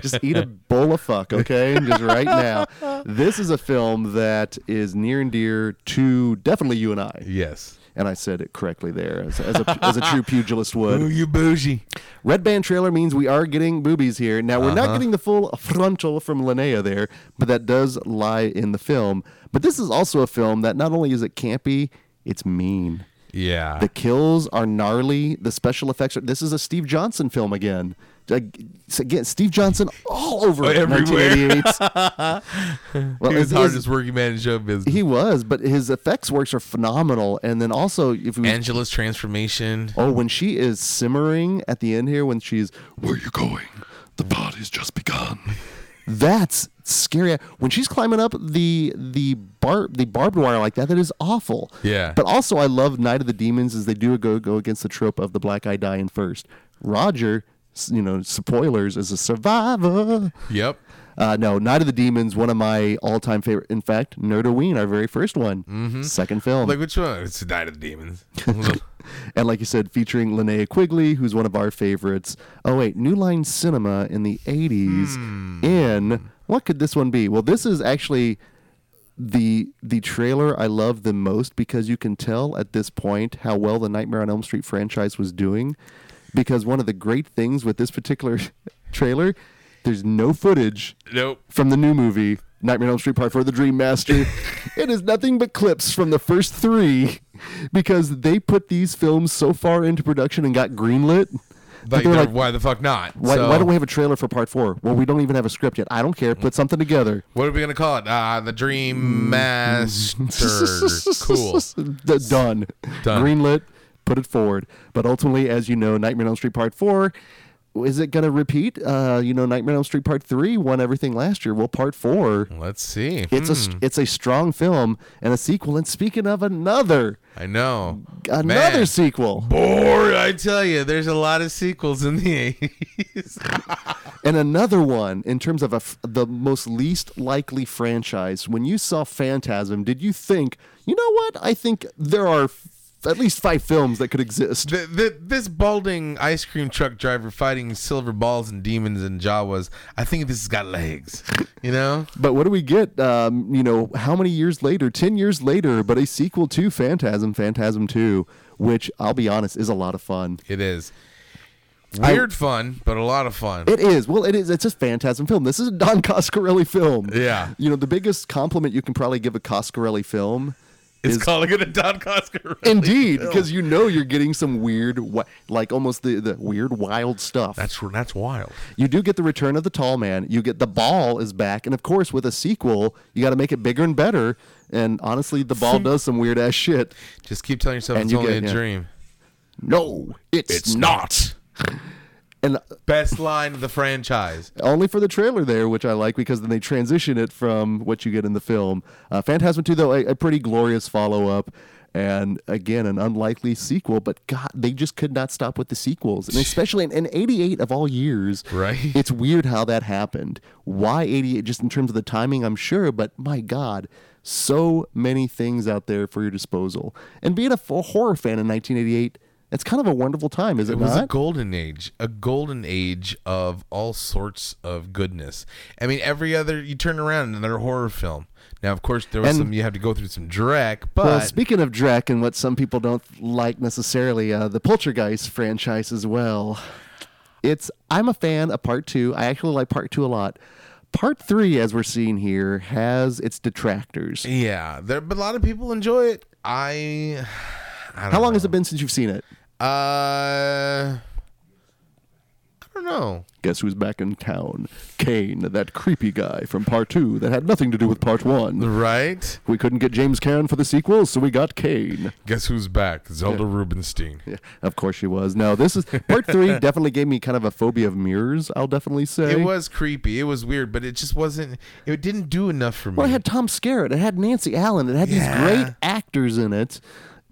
Speaker 2: Just eat a bowl of fuck, okay? Just right
Speaker 3: [laughs]
Speaker 2: now. This is a film that is near and dear to definitely you and I.
Speaker 3: Yes.
Speaker 2: and I said it correctly there, as, as, a, as a true pugilist
Speaker 3: Ooh,
Speaker 2: would.
Speaker 3: you bougie.
Speaker 2: Red band trailer means we are getting boobies here. Now we're
Speaker 3: Uh-huh.
Speaker 2: not getting the full frontal from Linnea there, but that does lie in the film. But this is also a film that not only is it campy, it's mean.
Speaker 3: Yeah.
Speaker 2: The kills are gnarly. The special effects are. This is a Steve Johnson film again. Like, s- again, Steve Johnson all over it,
Speaker 3: Everywhere.
Speaker 2: 1988.
Speaker 3: [laughs]
Speaker 2: well, it
Speaker 3: he was the
Speaker 2: is-
Speaker 3: hardest working man in show business.
Speaker 2: he was, but his effects works are phenomenal. And then also, if we
Speaker 3: Angela's transformation.
Speaker 2: Oh, when she is simmering at the end here, when she's, where you going? The party's just begun. That's scary. When she's climbing up the the bar the barbed wire like that, that is awful.
Speaker 3: Yeah.
Speaker 2: But also, I love Night of the Demons is they do go go against the trope of the black eye dying first. Roger, s- you know, spoilers is a survivor.
Speaker 3: Yep.
Speaker 2: Uh, no, Night of the Demons, one of my all-time favorite. In fact, Nerdoween, our very first one, second film,
Speaker 3: Like which one? It's Night of
Speaker 2: [laughs]
Speaker 3: the Demons.
Speaker 2: and like you said, featuring Linnea Quigley, who's one of our favorites. Oh wait, New Line Cinema in the '80s. In what could this one be? Well, this is actually the the trailer I love the most because you can tell at this point how well the Nightmare on Elm Street franchise was doing. Because one of the great things with this particular [laughs] trailer, there's no footage
Speaker 3: nope.
Speaker 2: from the new movie Nightmare on Elm Street Part Four: The Dream
Speaker 3: [laughs]
Speaker 2: Master. it is nothing but clips from the first three because they put these films so far into production and got greenlit. that they're
Speaker 3: Like, they're-
Speaker 2: like,
Speaker 3: why the fuck not?
Speaker 2: why,
Speaker 3: So,
Speaker 2: why don't we have a trailer for Part Four? Well, we don't even have a script yet. I don't care. Put something together.
Speaker 3: What are we gonna call it? Uh, the
Speaker 2: Mm-hmm.
Speaker 3: Dream Master.
Speaker 2: [laughs]
Speaker 3: cool.
Speaker 2: D- done.
Speaker 3: Done.
Speaker 2: Greenlit. Put it forward. But ultimately, as you know, Nightmare on Elm Street Part Four. Is it going to repeat? Uh, you know, Nightmare on Elm Street Part Three won everything last year. Well, Part Four
Speaker 3: Let's see.
Speaker 2: It's a it's a strong film and a sequel. And speaking of another
Speaker 3: I know.
Speaker 2: another
Speaker 3: Man.
Speaker 2: sequel
Speaker 3: Boy, I tell you, there's a lot of sequels in the [laughs] 80s.
Speaker 2: and another one in terms of a f the most least likely franchise. When you saw Phantasm, did you think you know what? I think there are f- at least five films that could exist.
Speaker 3: the, the, this balding ice cream truck driver fighting silver balls and demons and Jawas, I think this has got legs. You know?
Speaker 2: But what do we get? Um, you know, how many years later? Ten years later, but a sequel to Phantasm, Phantasm Two, which I'll be honest is a lot of fun.
Speaker 3: It is. Weird fun, but a lot of fun.
Speaker 2: It is. Well, it is. It's a phantasm film. This is a Don [laughs] Coscarelli film.
Speaker 3: Yeah.
Speaker 2: You know, the biggest compliment you can probably give a Coscarelli film.
Speaker 3: it's
Speaker 2: is-
Speaker 3: calling it a Don Coscarelli.
Speaker 2: Indeed,
Speaker 3: film.
Speaker 2: because you know you're getting some weird, wi- like almost the, the weird, wild stuff.
Speaker 3: That's that's wild.
Speaker 2: you do get the return of the tall man. You get the ball is back. And of course, with a sequel, you got to make it bigger and better. And honestly, the ball does some weird ass shit.
Speaker 3: Just keep telling yourself
Speaker 2: And
Speaker 3: it's
Speaker 2: you
Speaker 3: only
Speaker 2: get-
Speaker 3: a
Speaker 2: yeah.
Speaker 3: dream.
Speaker 2: No, it's,
Speaker 3: not.
Speaker 2: And
Speaker 3: Best line of the franchise.
Speaker 2: only for the trailer there, which I like because then they transition it from what you get in the film. Uh, Phantasm 2, though, a, a pretty glorious follow up. And again, an unlikely sequel, but God, they just could not stop with the sequels.
Speaker 3: [laughs]
Speaker 2: And especially in, in 88 of all years,
Speaker 3: Right.
Speaker 2: [laughs] it's weird how that happened. Why 88? Just in terms of the timing, I'm sure, but my God, so many things out there for your disposal. And being a f- horror fan in 1988, it's kind of a wonderful time, is it,
Speaker 3: It was
Speaker 2: not?
Speaker 3: a golden age, a golden age of all sorts of goodness. I mean, every other you turn around another horror film. Now, of course, there was
Speaker 2: And-
Speaker 3: some you have to go through some dreck, but
Speaker 2: Well, speaking of Drek and what some people don't like necessarily, uh, the Poltergeist franchise as well. It's I'm a fan of part two. I actually like part two a lot. Part three, as we're seeing here, has its detractors.
Speaker 3: yeah, there. But a lot of people enjoy it. I. I don't
Speaker 2: How long
Speaker 3: know.
Speaker 2: has it been since you've seen it?
Speaker 3: Uh, I don't know.
Speaker 2: Guess who's back in town? Kane, that creepy guy from part two that had nothing to do with part one.
Speaker 3: Right?
Speaker 2: We couldn't get James Cairn for the sequel, so we got Kane.
Speaker 3: Guess who's back? Zelda Rubinstein.
Speaker 2: Yeah, Of course she was. No, this is part
Speaker 3: [laughs]
Speaker 2: three. Definitely gave me kind of a phobia of mirrors. I'll definitely say
Speaker 3: It was creepy. It was weird, but it just wasn't. It didn't do enough for me.
Speaker 2: Well, it had Tom Skerritt. It had Nancy Allen. It had these
Speaker 3: Yeah.
Speaker 2: great actors in it.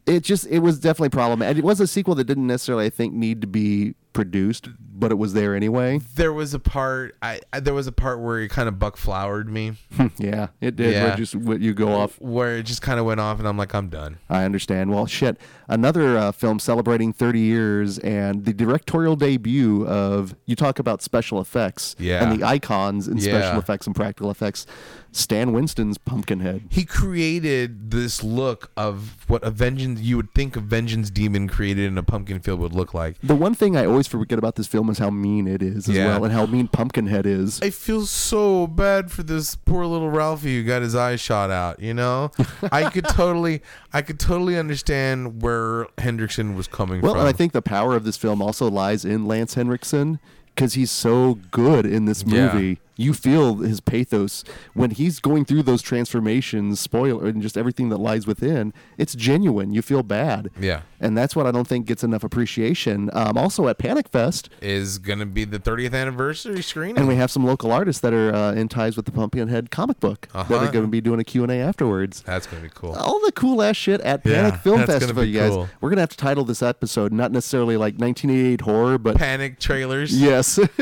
Speaker 2: It just it was definitely problematic. It was a sequel that didn't necessarily, I think, need to be produced, but it was there
Speaker 3: [laughs]
Speaker 2: anyway.
Speaker 3: there was a part. I, I there was a part where it kind of buck flowered me.
Speaker 2: yeah, it did.
Speaker 3: Yeah.
Speaker 2: Where just what you go off.
Speaker 3: where it just kind of went off, and I'm like, I'm done.
Speaker 2: I understand. Well, shit. Another uh, film celebrating 30 years and the directorial debut of you talk about special effects
Speaker 3: Yeah.
Speaker 2: and the icons in special
Speaker 3: Yeah.
Speaker 2: effects and practical effects. Stan Winston's Pumpkinhead.
Speaker 3: He created this look of what a vengeance you would think a vengeance demon created in a pumpkin field would look like.
Speaker 2: The one thing I always forget about this film is how mean it is as
Speaker 3: Yeah.
Speaker 2: well, and how mean Pumpkinhead is.
Speaker 3: I feel so bad for this poor little Ralphie who got his eye shot out.
Speaker 2: [laughs]
Speaker 3: You know, I could totally, I could totally understand where Hendrickson was coming
Speaker 2: Well,
Speaker 3: from.
Speaker 2: and I think the power of this film also lies in Lance Henriksen because he's so good in this
Speaker 3: Yeah.
Speaker 2: movie. You feel his pathos when he's going through those transformations, spoiler, and just everything that lies within. It's genuine. You feel bad.
Speaker 3: Yeah.
Speaker 2: And that's what I don't think gets enough appreciation. Um, also at Panic Fest,
Speaker 3: is gonna be the 30th anniversary screening.
Speaker 2: and we have some local artists that are uh, in ties with the Pumpkinhead comic book that are
Speaker 3: Uh-huh.
Speaker 2: going to be doing a Q&A afterwards.
Speaker 3: That's gonna be cool.
Speaker 2: all the cool ass shit at
Speaker 3: Yeah,
Speaker 2: Panic Film
Speaker 3: that's gonna
Speaker 2: Festival,
Speaker 3: be
Speaker 2: you guys.
Speaker 3: cool.
Speaker 2: We're gonna have to title this episode not necessarily like 1988 horror, but
Speaker 3: Panic trailers.
Speaker 2: yes, [laughs]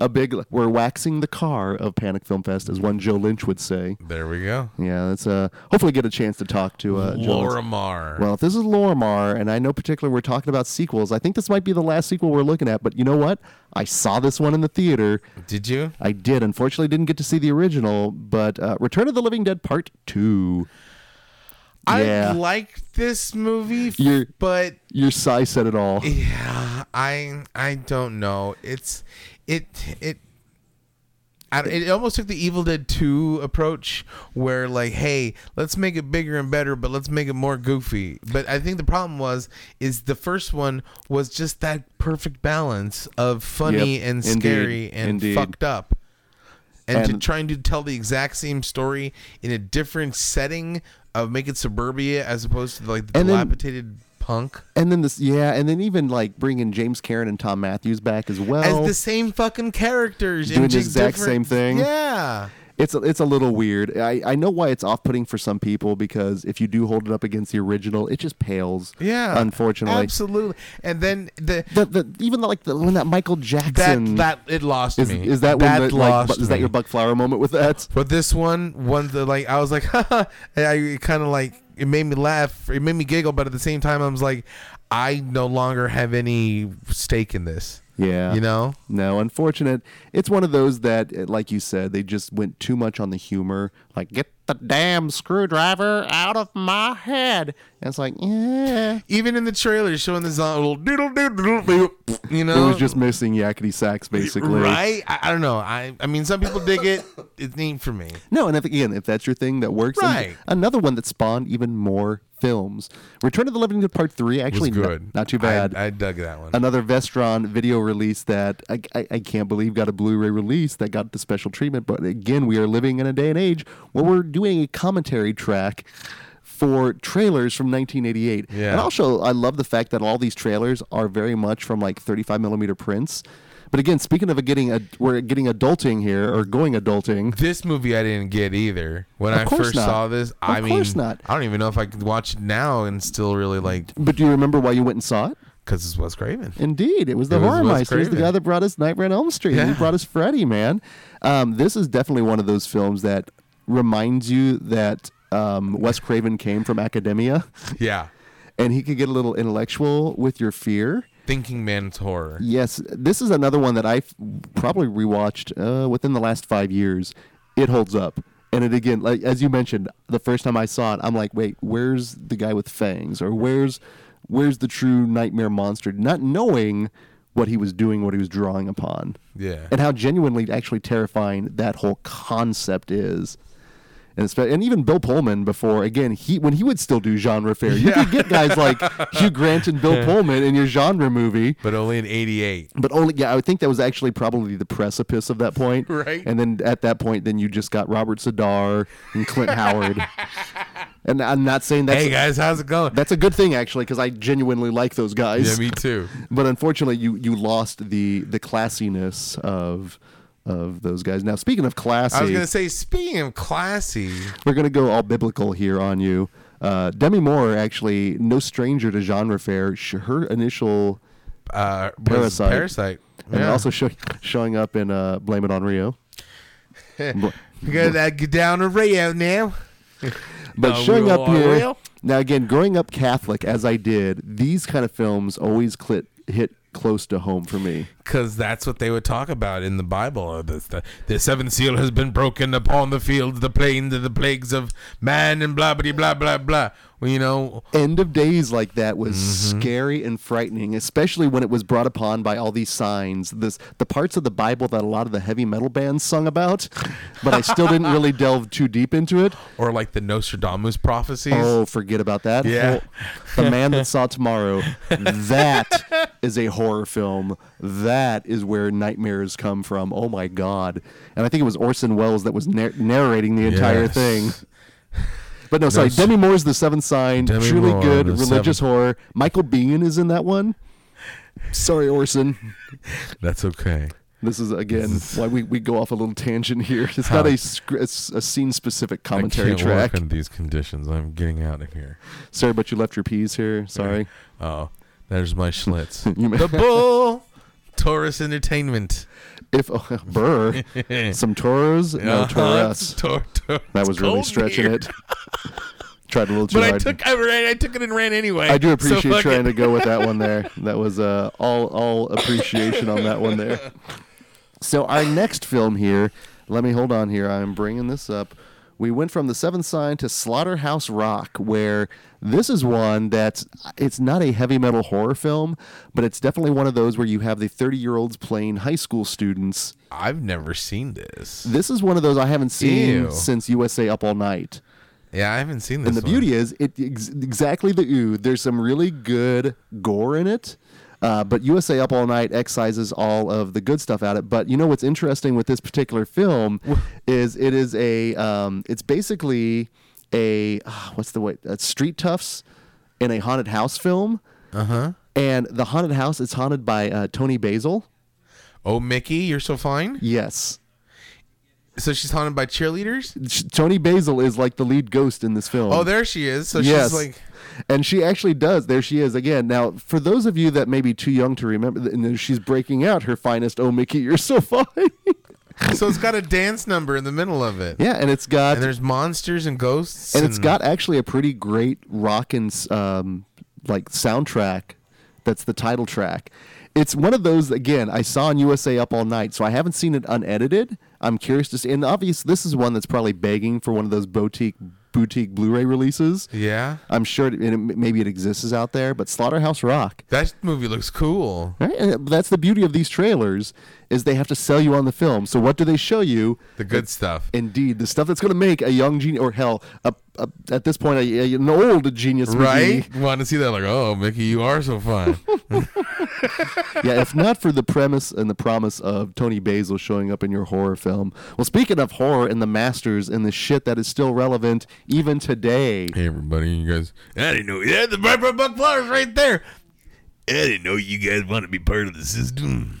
Speaker 2: a big we're waxing the car of Panic Film Fest, as one Joe Lynch would say.
Speaker 3: There we go.
Speaker 2: Yeah, that's uh hopefully get a chance to talk to uh Joe Lynch.
Speaker 3: Lorimar.
Speaker 2: Well, if this is Lorimar, and I know particularly we're talking about sequels, I think this might be the last sequel we're looking at, but you know what? I saw this one in the theater.
Speaker 3: Did you?
Speaker 2: I did. Unfortunately, didn't get to see the original, but uh, Return of the Living Dead Part 2. Yeah.
Speaker 3: I like this movie, f-
Speaker 2: You're-
Speaker 3: but
Speaker 2: Your sigh said it all.
Speaker 3: yeah, I I don't know. It's it it. I, it almost took the Evil Dead 2 approach where like hey let's make it bigger and better but let's make it more goofy but I think the problem was is the first one was just that perfect balance of funny
Speaker 2: Yep,
Speaker 3: and
Speaker 2: indeed,
Speaker 3: scary and
Speaker 2: indeed.
Speaker 3: fucked up and, to
Speaker 2: And-
Speaker 3: trying to tell the exact same story in a different setting of make it suburbia as opposed to like the
Speaker 2: And then-
Speaker 3: dilapidated punk
Speaker 2: And then this, yeah, and then even like bringing James Karen and Tom Matthews back as well.
Speaker 3: as the same fucking characters
Speaker 2: Doing the
Speaker 3: just
Speaker 2: exact same
Speaker 3: different-
Speaker 2: thing.
Speaker 3: Yeah,
Speaker 2: it's a, it's a little weird. I, I know why it's off putting for some people because if you do hold it up against the original, it just pales.
Speaker 3: yeah.
Speaker 2: unfortunately.
Speaker 3: absolutely. And then the
Speaker 2: The, the, even the, like the when that Michael
Speaker 3: that
Speaker 2: Jackson
Speaker 3: that it lost
Speaker 2: is,
Speaker 3: me.
Speaker 2: is that, when the, like,
Speaker 3: lost
Speaker 2: bu- is that
Speaker 3: me.
Speaker 2: your Buck Flower moment with that?
Speaker 3: But this one, one that like I was like, [laughs] haha, and I kind of like it made me laugh, it made me giggle, but at the same time, I was like, I no longer have any stake in this.
Speaker 2: Yeah.
Speaker 3: you know.
Speaker 2: No, unfortunate. It's one of those that, eh, like you said, they just went too much on the humor. Like, get the damn screwdriver out of my head. And it's like, "Eh." yeah.
Speaker 3: Even in the trailer, showing this little doodle doodle doodle, you
Speaker 2: It
Speaker 3: know,
Speaker 2: was just missing yakety sax, basically.
Speaker 3: right. I, I don't know. I I mean, some people dig it. It ain't for me.
Speaker 2: No, and if, again, if that's your thing, that works. And
Speaker 3: Right.
Speaker 2: another one that spawned even more films. Return of the Living Dead Part 3, actually,
Speaker 3: It's
Speaker 2: no-
Speaker 3: good.
Speaker 2: Not, too
Speaker 3: I-
Speaker 2: bad.
Speaker 3: I, dug that one.
Speaker 2: another Vestron video release that I, I, I can't believe got a Blu-ray release that got the special treatment. But again, we are living in a day and age where we're doing a commentary track for trailers from 1988.
Speaker 3: Yeah.
Speaker 2: And also, I love the fact that all these trailers are very much from like 35 millimeter prints. But again, speaking of a getting a, we're getting adulting here or going adulting.
Speaker 3: this movie I didn't get either. When I
Speaker 2: course
Speaker 3: first
Speaker 2: not.
Speaker 3: saw this, I
Speaker 2: Of
Speaker 3: mean,
Speaker 2: course not.
Speaker 3: I don't even know if I could watch it now and still really like
Speaker 2: But do you remember why you went and saw it?
Speaker 3: because it's Wes
Speaker 2: [laughs]
Speaker 3: Craven.
Speaker 2: Indeed, it was the
Speaker 3: It was
Speaker 2: horror
Speaker 3: Wes
Speaker 2: meister. He's the
Speaker 3: Craven.
Speaker 2: guy that brought us Nightmare on Elm Street. He
Speaker 3: Yeah.
Speaker 2: brought us Freddy, man. Um, this is definitely one of those films that reminds you that um, Wes Craven came from academia, [laughs]
Speaker 3: Yeah.
Speaker 2: and he could get a little intellectual with your fear.
Speaker 3: Thinking Man's Horror.
Speaker 2: Yes, this is another one that I've probably rewatched uh, within the last five years. It holds up. And it again, like as you mentioned, the first time I saw it, I'm like, wait, where's the guy with fangs, or where's where's the true nightmare monster? Not knowing what he was doing, what he was drawing upon,
Speaker 3: Yeah.
Speaker 2: and how genuinely actually terrifying that whole concept is. And, it's- and even Bill Pullman before again he when he would still do genre fare you could get guys like Hugh Grant and Bill Pullman in your genre movie
Speaker 3: But only in 88.
Speaker 2: but only yeah, I would think that was actually probably the precipice of that point.
Speaker 3: [laughs] Right.
Speaker 2: And then at that point, then you just got Robert Sadar and
Speaker 3: [laughs]
Speaker 2: Clint Howard. And I'm not saying that's
Speaker 3: Hey guys, how's it going?
Speaker 2: that's a good thing actually because I genuinely like those guys.
Speaker 3: Yeah, me too.
Speaker 2: But unfortunately, you you lost the the classiness of of those guys. Now speaking of classy,
Speaker 3: I was gonna say, speaking of classy,
Speaker 2: we're gonna go all biblical here on you. Uh, Demi Moore actually no stranger to genre fare. Sh- Her initial
Speaker 3: uh, was
Speaker 2: Parasite.
Speaker 3: Parasite.
Speaker 2: and also show, showing up in uh, Blame It on Rio.
Speaker 3: we
Speaker 2: [laughs]
Speaker 3: gotta uh, get down to Rio now.
Speaker 2: But
Speaker 3: Uh,
Speaker 2: showing
Speaker 3: real
Speaker 2: up
Speaker 3: or
Speaker 2: here
Speaker 3: real?
Speaker 2: now again, growing up Catholic as I did, these kind of films always clit, hit close to home for me.
Speaker 3: Because that's what they would talk about in the Bible. Uh, The, the, the seventh seal has been broken upon the fields, the plains, and the plagues of man, and blah, blah, blah, blah, blah. Well, you know,
Speaker 2: End of days like that was scary and frightening, especially when it was brought upon by all these signs. This the parts of the Bible that a lot of the heavy metal bands sung about, but I still didn't really [laughs] delve too deep into it.
Speaker 3: or like the Nostradamus prophecies.
Speaker 2: Oh, forget about that.
Speaker 3: Yeah.
Speaker 2: Hor- the Man That Saw Tomorrow. That is a horror film. That is where nightmares come from. Oh my god! And I think it was Orson Welles that was nar- narrating the entire
Speaker 3: Yes.
Speaker 2: thing. But no, sorry.
Speaker 3: That's-
Speaker 2: Demi Moore's The Seventh Sign.
Speaker 3: Demi
Speaker 2: truly
Speaker 3: Moore,
Speaker 2: good
Speaker 3: The
Speaker 2: religious
Speaker 3: Seventh-
Speaker 2: horror. Michael Biehn is in that one. Sorry, Orson.
Speaker 3: That's okay.
Speaker 2: This is again why we, we go off a little tangent here. It's not a, sc- a scene specific commentary
Speaker 3: I can't
Speaker 2: track.
Speaker 3: work under these conditions. I'm getting out of here.
Speaker 2: Sorry, but you left your peas here. Sorry.
Speaker 3: Oh, there's my Schlitz.
Speaker 2: [laughs] You may-
Speaker 3: the bull Taurus Entertainment.
Speaker 2: If oh, [laughs]
Speaker 3: [laughs]
Speaker 2: Burr, some Toros, no Taurus.
Speaker 3: Uh-huh. Tor- Tor-
Speaker 2: That was really
Speaker 3: Cold
Speaker 2: stretching
Speaker 3: beer. [laughs]
Speaker 2: it. Tried a little too
Speaker 3: But I
Speaker 2: hard.
Speaker 3: took I, ran, I took it and ran anyway.
Speaker 2: I do
Speaker 3: [laughs] So
Speaker 2: appreciate
Speaker 3: fuck
Speaker 2: trying
Speaker 3: it.
Speaker 2: to go with that one there. That was uh, all all appreciation on that one
Speaker 3: [laughs]
Speaker 2: there. So our next film here, let me hold on here. I'm bringing this up. We went from The Seventh Sign to Slaughterhouse Rock, where this is one that's it's not a heavy metal horror film, but it's definitely one of those where you have the 30 year olds playing high school students.
Speaker 3: I've never seen this.
Speaker 2: This is one of those I haven't seen
Speaker 3: Ew.
Speaker 2: since USA Up All Night.
Speaker 3: Yeah, I haven't seen this.
Speaker 2: And the
Speaker 3: one.
Speaker 2: beauty is, it ex- exactly the ood. There's some really good gore in it, uh, but USA Up All Night excises all of the good stuff out of it. But you know what's interesting with this particular film is it is a um, it's basically a ah, what's the way uh, street toughs in a haunted house film. Uh
Speaker 3: Uh-huh.
Speaker 2: huh. And the haunted house is haunted by uh, Tony Basil.
Speaker 3: Oh, Mickey, you're so fine.
Speaker 2: Yes.
Speaker 3: So she's haunted by cheerleaders.
Speaker 2: Sh- Tony Basil is like the lead ghost in this film.
Speaker 3: Oh, there she is. So she's like,
Speaker 2: and she actually does. There she is again. Now, for those of you that may be too young to remember, th- and then she's breaking out her finest. Oh, Mickey, you're so [laughs] fine.
Speaker 3: so it's got a dance number in the middle of it.
Speaker 2: yeah, and it's got
Speaker 3: And
Speaker 2: and,
Speaker 3: there's monsters and ghosts.
Speaker 2: it's got actually a pretty great rock and s- um, like soundtrack. That's the title track. It's one of those again. I saw on USA Up All Night, so I haven't seen it unedited. I'm curious to see. And obvious, this is one that's probably begging for one of those boutique boutique Blu-ray releases.
Speaker 3: Yeah.
Speaker 2: I'm sure it, it, maybe it exists out there, but Slaughterhouse Rock.
Speaker 3: That movie looks cool.
Speaker 2: Right? And that's the beauty of these trailers is they have to sell you on the film. So what do they show you?
Speaker 3: The good stuff.
Speaker 2: Indeed, the stuff that's going to make a young genius, or hell, a, a, at this point, a, a- an old genius,
Speaker 3: Right?
Speaker 2: McGee.
Speaker 3: Want to see that? Like, oh, Mickey, you are so fine.
Speaker 2: [laughs] yeah, if not for the premise and the promise of Tony Basil showing up in your horror film. Well, speaking of horror and the masters and the shit that is still relevant even today.
Speaker 3: hey, everybody, you guys. I didn't know. Yeah, the Bright Bright Buck Flowers right there. I didn't know you guys want to be part of the system.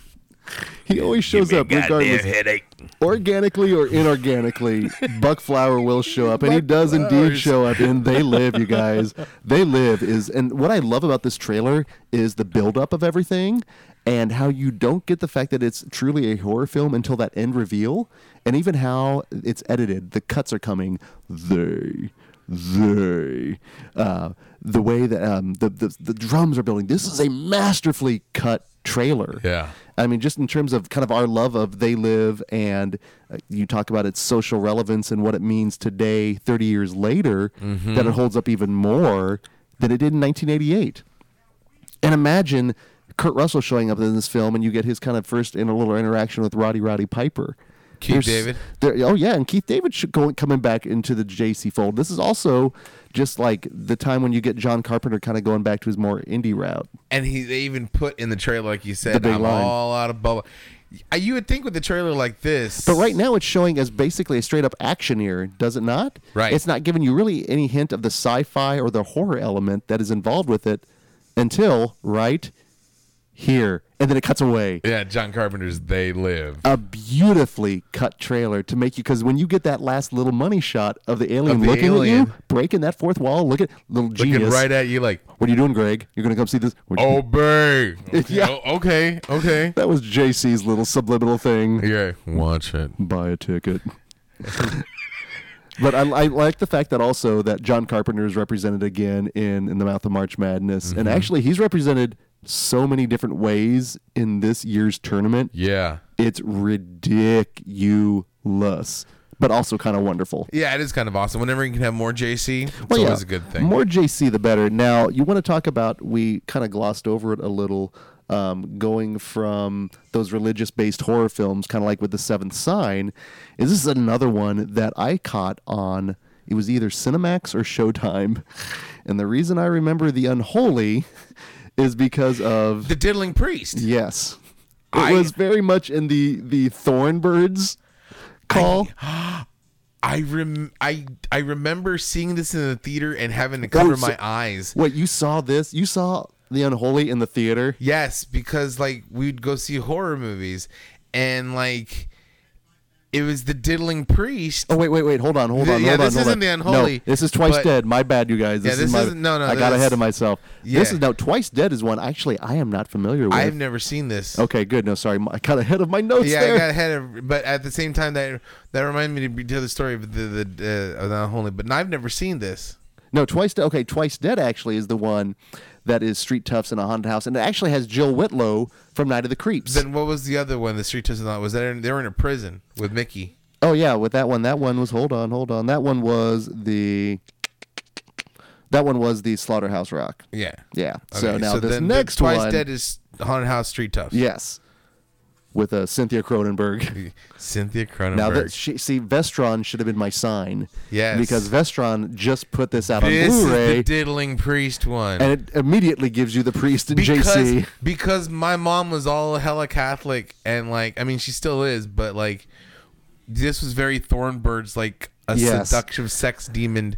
Speaker 2: He always shows up regardless.
Speaker 3: headache.
Speaker 2: organically or inorganically, Buckflower will show up, and he does indeed
Speaker 3: Buckflowers.
Speaker 2: show up in They Live, you guys. They Live is, and what I love about this trailer is the buildup of everything and how you don't get the fact that it's truly a horror film until that end reveal, and even how it's edited. The cuts are coming. They. They, uh, the way that um, the, the the drums are building. This is a masterfully cut trailer.
Speaker 3: Yeah.
Speaker 2: I mean, just in terms of kind of our love of They Live, and uh, you talk about its social relevance and what it means today, 30 years later,
Speaker 3: Mm-hmm.
Speaker 2: that it holds up even more than it did in 1988. And imagine Kurt Russell showing up in this film, and you get his kind of first in a little interaction with Roddy Roddy Piper.
Speaker 3: Keith David.
Speaker 2: there- oh yeah, and Keith David should go, coming back into the JC fold. This is also just like the time when you get John Carpenter kind of going back to his more indie route.
Speaker 3: And he they even put in the trailer, like you
Speaker 2: The
Speaker 3: said,
Speaker 2: big
Speaker 3: I'm
Speaker 2: line.
Speaker 3: all out of bubble. I- You would think with a trailer like this,
Speaker 2: But right now, it's showing as basically a straight up action here, does it not?
Speaker 3: Right.
Speaker 2: It's not giving you really any hint of the sci fi or the horror element that is involved with it until right here. And then it cuts away.
Speaker 3: yeah, John Carpenter's They Live.
Speaker 2: A beautifully cut trailer to make you, because when you get that last little money shot of the alien
Speaker 3: the
Speaker 2: looking at
Speaker 3: alien.
Speaker 2: you, breaking that fourth wall, look at little
Speaker 3: Looking
Speaker 2: genius.
Speaker 3: right at you, like,
Speaker 2: what are you doing, Greg? You're going to come see this? What-
Speaker 3: oh, [laughs] babe. Okay,
Speaker 2: Yeah.
Speaker 3: oh, okay, okay.
Speaker 2: That was JC's little subliminal thing.
Speaker 3: Yeah, watch it.
Speaker 2: buy a ticket. but I, I like the fact that also that John Carpenter is represented again in In the Mouth of March Madness, and actually he's represented so many different ways in this year's tournament.
Speaker 3: Yeah.
Speaker 2: It's ridiculous, but also kind of wonderful.
Speaker 3: Yeah, it is kind of awesome. Whenever you can have more JC, it's
Speaker 2: Well,
Speaker 3: always
Speaker 2: yeah,
Speaker 3: a good thing.
Speaker 2: More JC, the better. Now, you want to talk about, we kind of glossed over it a little, um, going from those religious based horror films, kind of like with The Seventh Sign. Is this another one that I caught on? It was either Cinemax or Showtime. [laughs] And the reason I remember The Unholy [laughs] is because of.
Speaker 3: the Diddling Priest.
Speaker 2: Yes. It
Speaker 3: I-
Speaker 2: was very much in the, the Thornbirds
Speaker 3: [laughs]
Speaker 2: call.
Speaker 3: I rem I I remember seeing this in the theater and having to cover
Speaker 2: so-
Speaker 3: my eyes.
Speaker 2: Wait, you saw this? You saw The Unholy in the theater?
Speaker 3: Yes, because like we'd go see horror movies and like It was the diddling priest.
Speaker 2: Oh wait, wait, wait! Hold on, hold
Speaker 3: Th-
Speaker 2: on,
Speaker 3: yeah,
Speaker 2: hold on.
Speaker 3: this
Speaker 2: hold
Speaker 3: isn't
Speaker 2: on.
Speaker 3: the Unholy,
Speaker 2: No, this is Twice
Speaker 3: but-
Speaker 2: Dead. My bad, you guys. This,
Speaker 3: Yeah,
Speaker 2: is
Speaker 3: this
Speaker 2: my.
Speaker 3: isn't- no, no,
Speaker 2: I got
Speaker 3: this-
Speaker 2: ahead of myself. This
Speaker 3: Yeah.
Speaker 2: is now Twice Dead is one. Actually, I am not familiar with.
Speaker 3: I've never seen this.
Speaker 2: okay, good. No, sorry, I got ahead of my notes
Speaker 3: Yeah,
Speaker 2: there.
Speaker 3: I got ahead of, but at the same time that that reminded me to be- tell the story of the the uh, of the unholy. But I've never seen this.
Speaker 2: No, Twice Dead. Okay, Twice Dead actually is the one that is Street Toughs in a haunted house, and it actually has Jill Whitlow from Night of the Creeps.
Speaker 3: Then what was the other one? The street doesn't was that in, they were in a prison with Mickey.
Speaker 2: oh yeah, with that one. That one was. Hold on, hold on. That one was the. That one was the Slaughterhouse Rock.
Speaker 3: Yeah.
Speaker 2: Yeah. so
Speaker 3: Okay,
Speaker 2: now this
Speaker 3: then the
Speaker 2: next
Speaker 3: twice
Speaker 2: one.
Speaker 3: dead is haunted house street toughs.
Speaker 2: yes. With uh, Cynthia Cronenberg.
Speaker 3: Cynthia Cronenberg.
Speaker 2: Now that she, see Vestron should have been my sign.
Speaker 3: Yes.
Speaker 2: Because Vestron just put this out
Speaker 3: this
Speaker 2: on
Speaker 3: is
Speaker 2: Blu-ray,
Speaker 3: the diddling priest one.
Speaker 2: and it immediately gives you the priest and JC.
Speaker 3: because my mom was all hella Catholic and like I mean she still is, but like this was very Thornbird's like a
Speaker 2: Yes.
Speaker 3: seductive sex demon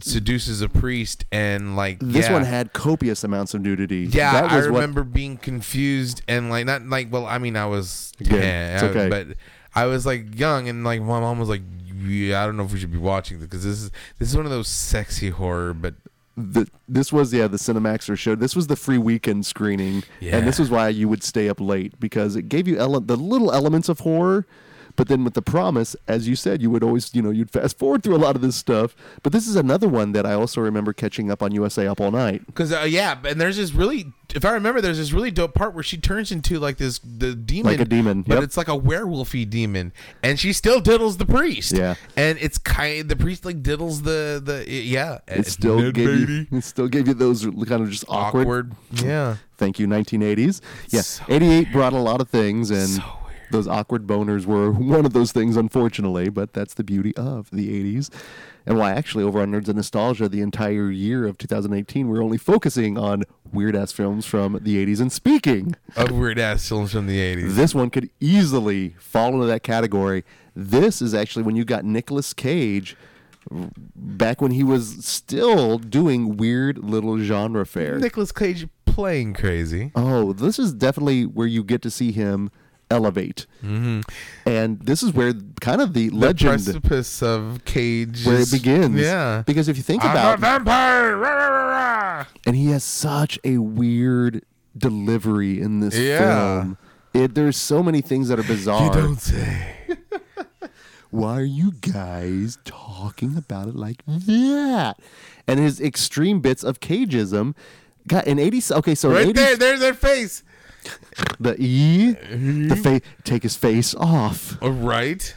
Speaker 3: seduces a priest and like
Speaker 2: This
Speaker 3: yeah.
Speaker 2: one had copious amounts of nudity.
Speaker 3: yeah
Speaker 2: that
Speaker 3: I
Speaker 2: was what
Speaker 3: remember being confused and like not like well I mean I was
Speaker 2: Yeah,
Speaker 3: yeah,
Speaker 2: it's okay.
Speaker 3: but I was like young and like my mom was like yeah, I don't know if we should be watching this because this is this is one of those sexy horror but
Speaker 2: the, this was yeah the Cinemaxer show. This was the free weekend screening,
Speaker 3: Yeah.
Speaker 2: and this was why you would stay up late because it gave you ele- the little elements of horror, but then with the promise, as you said, you would always you know you'd fast forward through a lot of this stuff. But this is another one that I also remember catching up on USA Up All Night.
Speaker 3: Cause uh, yeah, and there's this really, if I remember, there's this really dope part where she turns into like this the demon,
Speaker 2: Like a demon,
Speaker 3: but
Speaker 2: yep.
Speaker 3: it's like a werewolfy demon, and she still diddles the priest.
Speaker 2: Yeah.
Speaker 3: and it's kind the priest like diddles the the yeah.
Speaker 2: It still
Speaker 3: Ned
Speaker 2: gave
Speaker 3: Beatty.
Speaker 2: you, [laughs] it still gave you those kind of just awkward.
Speaker 3: awkward. Yeah,
Speaker 2: Thank you, 1980s. Yeah,
Speaker 3: So
Speaker 2: 88 brought a lot of things, and
Speaker 3: So weird.
Speaker 2: those awkward boners were [laughs] one of those things, unfortunately. But that's the beauty of the 80s, and why actually over on Nerds and Nostalgia, the entire year of 2018, we're only focusing on weird ass films from the 80s. And speaking,
Speaker 3: of weird ass films from the eighties.
Speaker 2: this one could easily fall into that category. This is actually when you got Nicolas Cage. Back when he was still doing weird little genre fare.
Speaker 3: Nicholas Cage playing crazy.
Speaker 2: Oh, this is definitely where you get to see him elevate.
Speaker 3: Mm-hmm.
Speaker 2: And this is where kind of the legend
Speaker 3: Precipice of Cage.
Speaker 2: where it
Speaker 3: is-
Speaker 2: begins.
Speaker 3: Yeah,
Speaker 2: Because if you think
Speaker 3: I'm a
Speaker 2: about
Speaker 3: vampire. Rah, rah, rah, rah.
Speaker 2: and he has such a weird delivery in this
Speaker 3: Yeah.
Speaker 2: film. It, there's so many things that are
Speaker 3: You
Speaker 2: bizarre.
Speaker 3: don't say.
Speaker 2: Why are you guys talking about it like that? And his extreme bits of cageism. God, in 80s. Okay, so in
Speaker 3: Right
Speaker 2: 80s
Speaker 3: there, there's their face.
Speaker 2: the E, the face, take his face off.
Speaker 3: All right.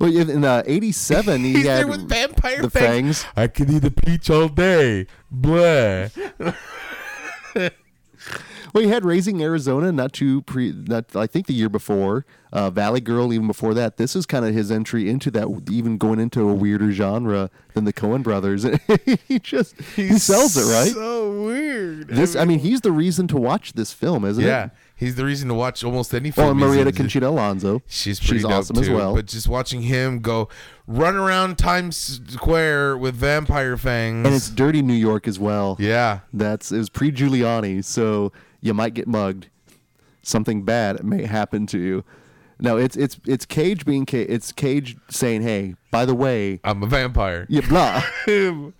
Speaker 2: Well, in, in uh, '87, he
Speaker 3: [laughs] He's
Speaker 2: had
Speaker 3: there with vampire
Speaker 2: the
Speaker 3: fangs.
Speaker 2: fangs.
Speaker 3: I could eat a peach all day. Blah.
Speaker 2: Well, he had Raising Arizona, not too pre, not I think the year before, uh, Valley Girl, even before that. This is kind of his entry into that, even going into a weirder genre than the Coen Brothers. [laughs] he just he sells it right.
Speaker 3: So weird.
Speaker 2: this, I mean, he's the reason to watch this film, isn't
Speaker 3: yeah,
Speaker 2: it?
Speaker 3: he's the reason to watch almost any film.
Speaker 2: Oh, and
Speaker 3: he's
Speaker 2: Marietta
Speaker 3: in.
Speaker 2: Conchita Alonso.
Speaker 3: She's pretty dope
Speaker 2: awesome
Speaker 3: too,
Speaker 2: as well.
Speaker 3: But just watching him go run around Times Square with vampire fangs.
Speaker 2: and it's dirty New York as well.
Speaker 3: yeah.
Speaker 2: That's it was pre Giuliani, so you might get mugged. Something bad may happen to you. No, it's it's it's Cage being Ca- it's Cage saying, "Hey, by the way,
Speaker 3: I'm a vampire.
Speaker 2: yeah,
Speaker 3: [laughs]
Speaker 2: blah."
Speaker 3: Him.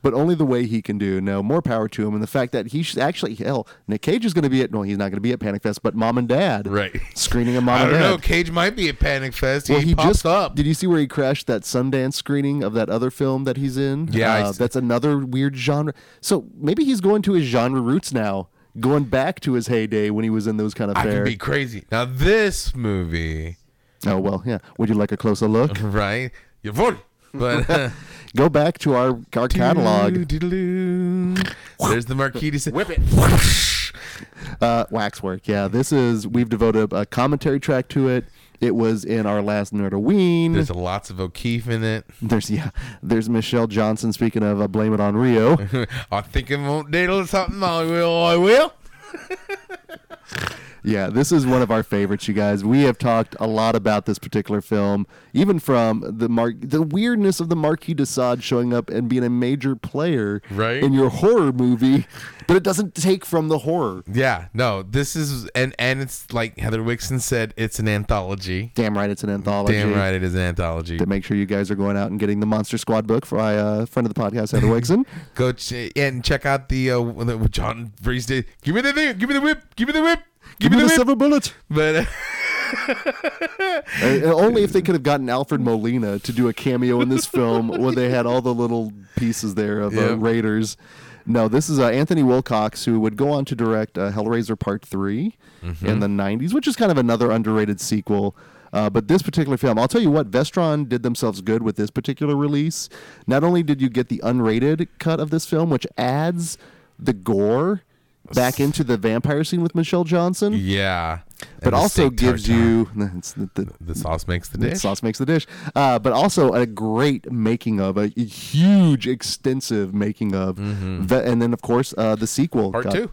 Speaker 2: but only the way he can do. No, more power to him, and the fact that he should actually hell, Nick Cage is going to be at no, he's not going to be at Panic Fest, but Mom and Dad,
Speaker 3: Right.
Speaker 2: Screening of Mom
Speaker 3: [laughs] I
Speaker 2: and
Speaker 3: don't
Speaker 2: Dad.
Speaker 3: know. Cage might be at Panic Fest.
Speaker 2: Well,
Speaker 3: he, pops up.
Speaker 2: Did you see where he crashed that Sundance screening of that other film that he's in?
Speaker 3: Yeah, I
Speaker 2: Uh,
Speaker 3: see.
Speaker 2: that's another weird genre. So maybe he's going to his genre roots now, going back to his heyday when he was in those kind of
Speaker 3: I
Speaker 2: fair.
Speaker 3: can be crazy. Now this movie, [laughs]
Speaker 2: Oh well, yeah. Would you like a closer look?
Speaker 3: right? You're voting. But [laughs]
Speaker 2: Go back to our our [laughs] catalog.
Speaker 3: Doodaloo. There's the Marquis. Whip it.
Speaker 2: Uh, waxwork. Yeah, this is we've devoted a commentary track to it. It was in our last Nerdoween.
Speaker 3: [laughs] There's lots of O'Keefe in it. [laughs]
Speaker 2: There's yeah. There's Michelle Johnson. Speaking of, uh, blame it on Rio.
Speaker 3: I think I won't diddle something. I will. I will.
Speaker 2: Yeah, this is one of our favorites, you guys. We have talked a lot about this particular film, even from the Mar- the weirdness of the Marquis de Sade showing up and being a major player
Speaker 3: Right.
Speaker 2: in your horror movie, but it doesn't take from the horror.
Speaker 3: Yeah, no, this is and and it's like Heather Wixon said, it's an anthology.
Speaker 2: Damn right, it's an anthology.
Speaker 3: Damn right, it is an anthology.
Speaker 2: To make sure you guys are going out and getting the Monster Squad book for my uh, friend of the podcast, Heather Wixon.
Speaker 3: Go ch- and check out the uh, the- John Freeze did. Give me the thing. Give me the whip. Give me the whip. [laughs] Give, me the, whip.
Speaker 2: silver bullet.
Speaker 3: But uh, [laughs]
Speaker 2: Uh, Only if they could have gotten Alfred Molina to do a cameo in this
Speaker 3: [laughs]
Speaker 2: film when they had all the little pieces there of
Speaker 3: Yeah.
Speaker 2: uh, Raiders. No, this is uh, Anthony Wilcox, who would go on to direct uh, Hellraiser Part 3
Speaker 3: Mm-hmm.
Speaker 2: in the 90s, which is kind of another underrated sequel. Uh, but this particular film, I'll tell you what, Vestron did themselves good with this particular release. Not only did you get the unrated cut of this film, which adds the gore back into the vampire scene with Michelle Johnson,
Speaker 3: yeah,
Speaker 2: but
Speaker 3: And the
Speaker 2: also
Speaker 3: steak
Speaker 2: gives
Speaker 3: tartare.
Speaker 2: you. [laughs] it's the- the-
Speaker 3: the sauce makes the
Speaker 2: the
Speaker 3: dish.
Speaker 2: Sauce makes the dish. Uh, but also a great making of, a huge, extensive making of. Ve- and then, of course, uh, the sequel.
Speaker 3: Mm-hmm. Part
Speaker 2: got-
Speaker 3: two.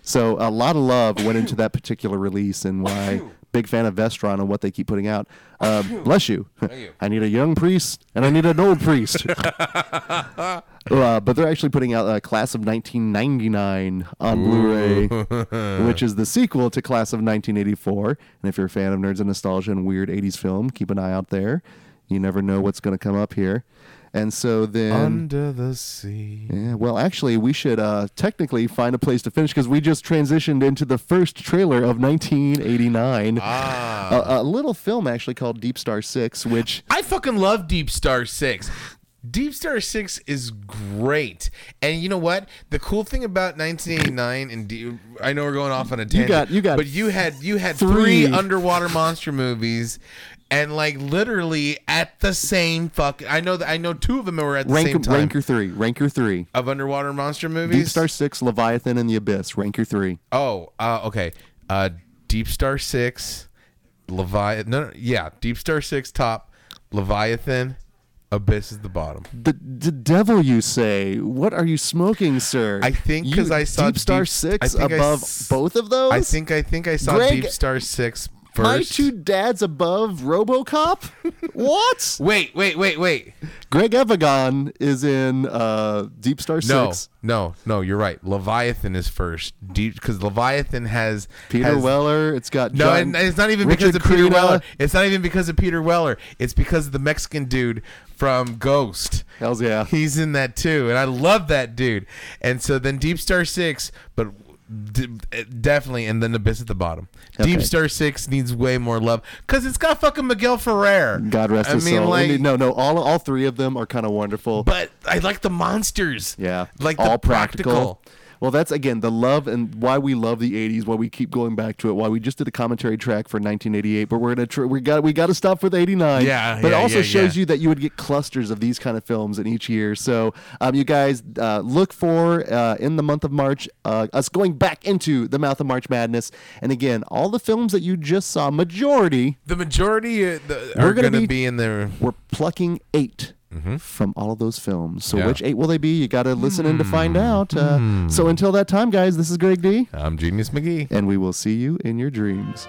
Speaker 2: So a lot of love went into that particular release and why. Big fan of Vestron and what they keep putting out. Uh, bless you.
Speaker 3: you.
Speaker 2: [laughs] I need a young priest and I need an old
Speaker 3: [laughs]
Speaker 2: priest. uh, but they're actually putting out a Class of 1999 on Blu-ray, which is the sequel to Class of 1984. And if you're a fan of nerds and nostalgia and weird 80s film, keep an eye out there. You never know what's going to come up here. And so then,
Speaker 3: Under the sea.
Speaker 2: yeah, well, actually, we should uh, technically find a place to finish because we just transitioned into the first trailer of 1989.
Speaker 3: Ah.
Speaker 2: A, a little film actually called Deep Star Six, which
Speaker 3: I fucking love Deep Star 6. Deep Star 6 is great. And you know what? The cool thing about 1989 and D- I know we're going off on a tangent.
Speaker 2: got- you got
Speaker 3: But you had you had
Speaker 2: three.
Speaker 3: three, underwater monster movies and like literally at the same fuck I know that I know two of them were at the
Speaker 2: rank
Speaker 3: same time
Speaker 2: ranker three, ranker three.
Speaker 3: of underwater monster movies.
Speaker 2: Deep Star Six, Leviathan, and the Abyss, ranker three.
Speaker 3: Oh, uh, okay. Uh, Deep Star Six, Leviathan. No, no, yeah, Deep Star Six top, Leviathan, Abyss is the bottom.
Speaker 2: The, the devil, you say? What are you smoking, sir?
Speaker 3: I think
Speaker 2: You-
Speaker 3: 'cause I saw
Speaker 2: Deep Star
Speaker 3: Deep- I
Speaker 2: Six
Speaker 3: think I
Speaker 2: above
Speaker 3: s-
Speaker 2: both of those.
Speaker 3: I think I think I saw
Speaker 2: Greg,
Speaker 3: Deep Star Six first.
Speaker 2: my two dads above
Speaker 3: [laughs]
Speaker 2: RoboCop. what?
Speaker 3: Wait, wait, wait, wait.
Speaker 2: Greg Evigan is in uh, Deep Star
Speaker 3: No,
Speaker 2: Six.
Speaker 3: no, no. You're right. Leviathan is first. Deep because Leviathan has
Speaker 2: Peter
Speaker 3: has-
Speaker 2: Weller. It's got
Speaker 3: No,
Speaker 2: John-
Speaker 3: and it's not even
Speaker 2: Richard
Speaker 3: because of Peter
Speaker 2: Crenna.
Speaker 3: Weller. It's not even because of Peter Weller. It's because of the Mexican dude from Ghost.
Speaker 2: Hells yeah.
Speaker 3: He's in that too, and I love that dude. And so then Deep Star Six, but d- definitely, and then Abyss at the bottom. Deep
Speaker 2: Okay.
Speaker 3: Star Six needs way more love because it's got fucking Miguel Ferrer.
Speaker 2: God rest
Speaker 3: I
Speaker 2: his
Speaker 3: mean,
Speaker 2: soul.
Speaker 3: like,
Speaker 2: Indeed. no, no, all all three of them are kind of wonderful.
Speaker 3: But I like the monsters.
Speaker 2: yeah,
Speaker 3: like
Speaker 2: all
Speaker 3: the practical.
Speaker 2: Well, that's again the love and why we love the '80s. Why we keep going back to it. Why we just did a commentary track for 1988, but we're gonna tr- we got we got to stop with '89.
Speaker 3: Yeah,
Speaker 2: but it
Speaker 3: yeah,
Speaker 2: also
Speaker 3: yeah,
Speaker 2: shows
Speaker 3: yeah.
Speaker 2: you that you would get clusters of these kind of films in each year. So, um, you guys uh, look for uh, in the month of March uh, us going back into the mouth of March Madness, and again all the films that you just saw, majority
Speaker 3: The majority uh, the,
Speaker 2: We're
Speaker 3: are
Speaker 2: gonna
Speaker 3: going to
Speaker 2: be-
Speaker 3: be, in there.
Speaker 2: we're plucking 8 from all of those films. So
Speaker 3: Yeah.
Speaker 2: which eight will they be? You got to listen in to find out. Uh, So until that time, guys, this is Greg D,
Speaker 3: I'm Genius McGee.
Speaker 2: and we will see you in your dreams.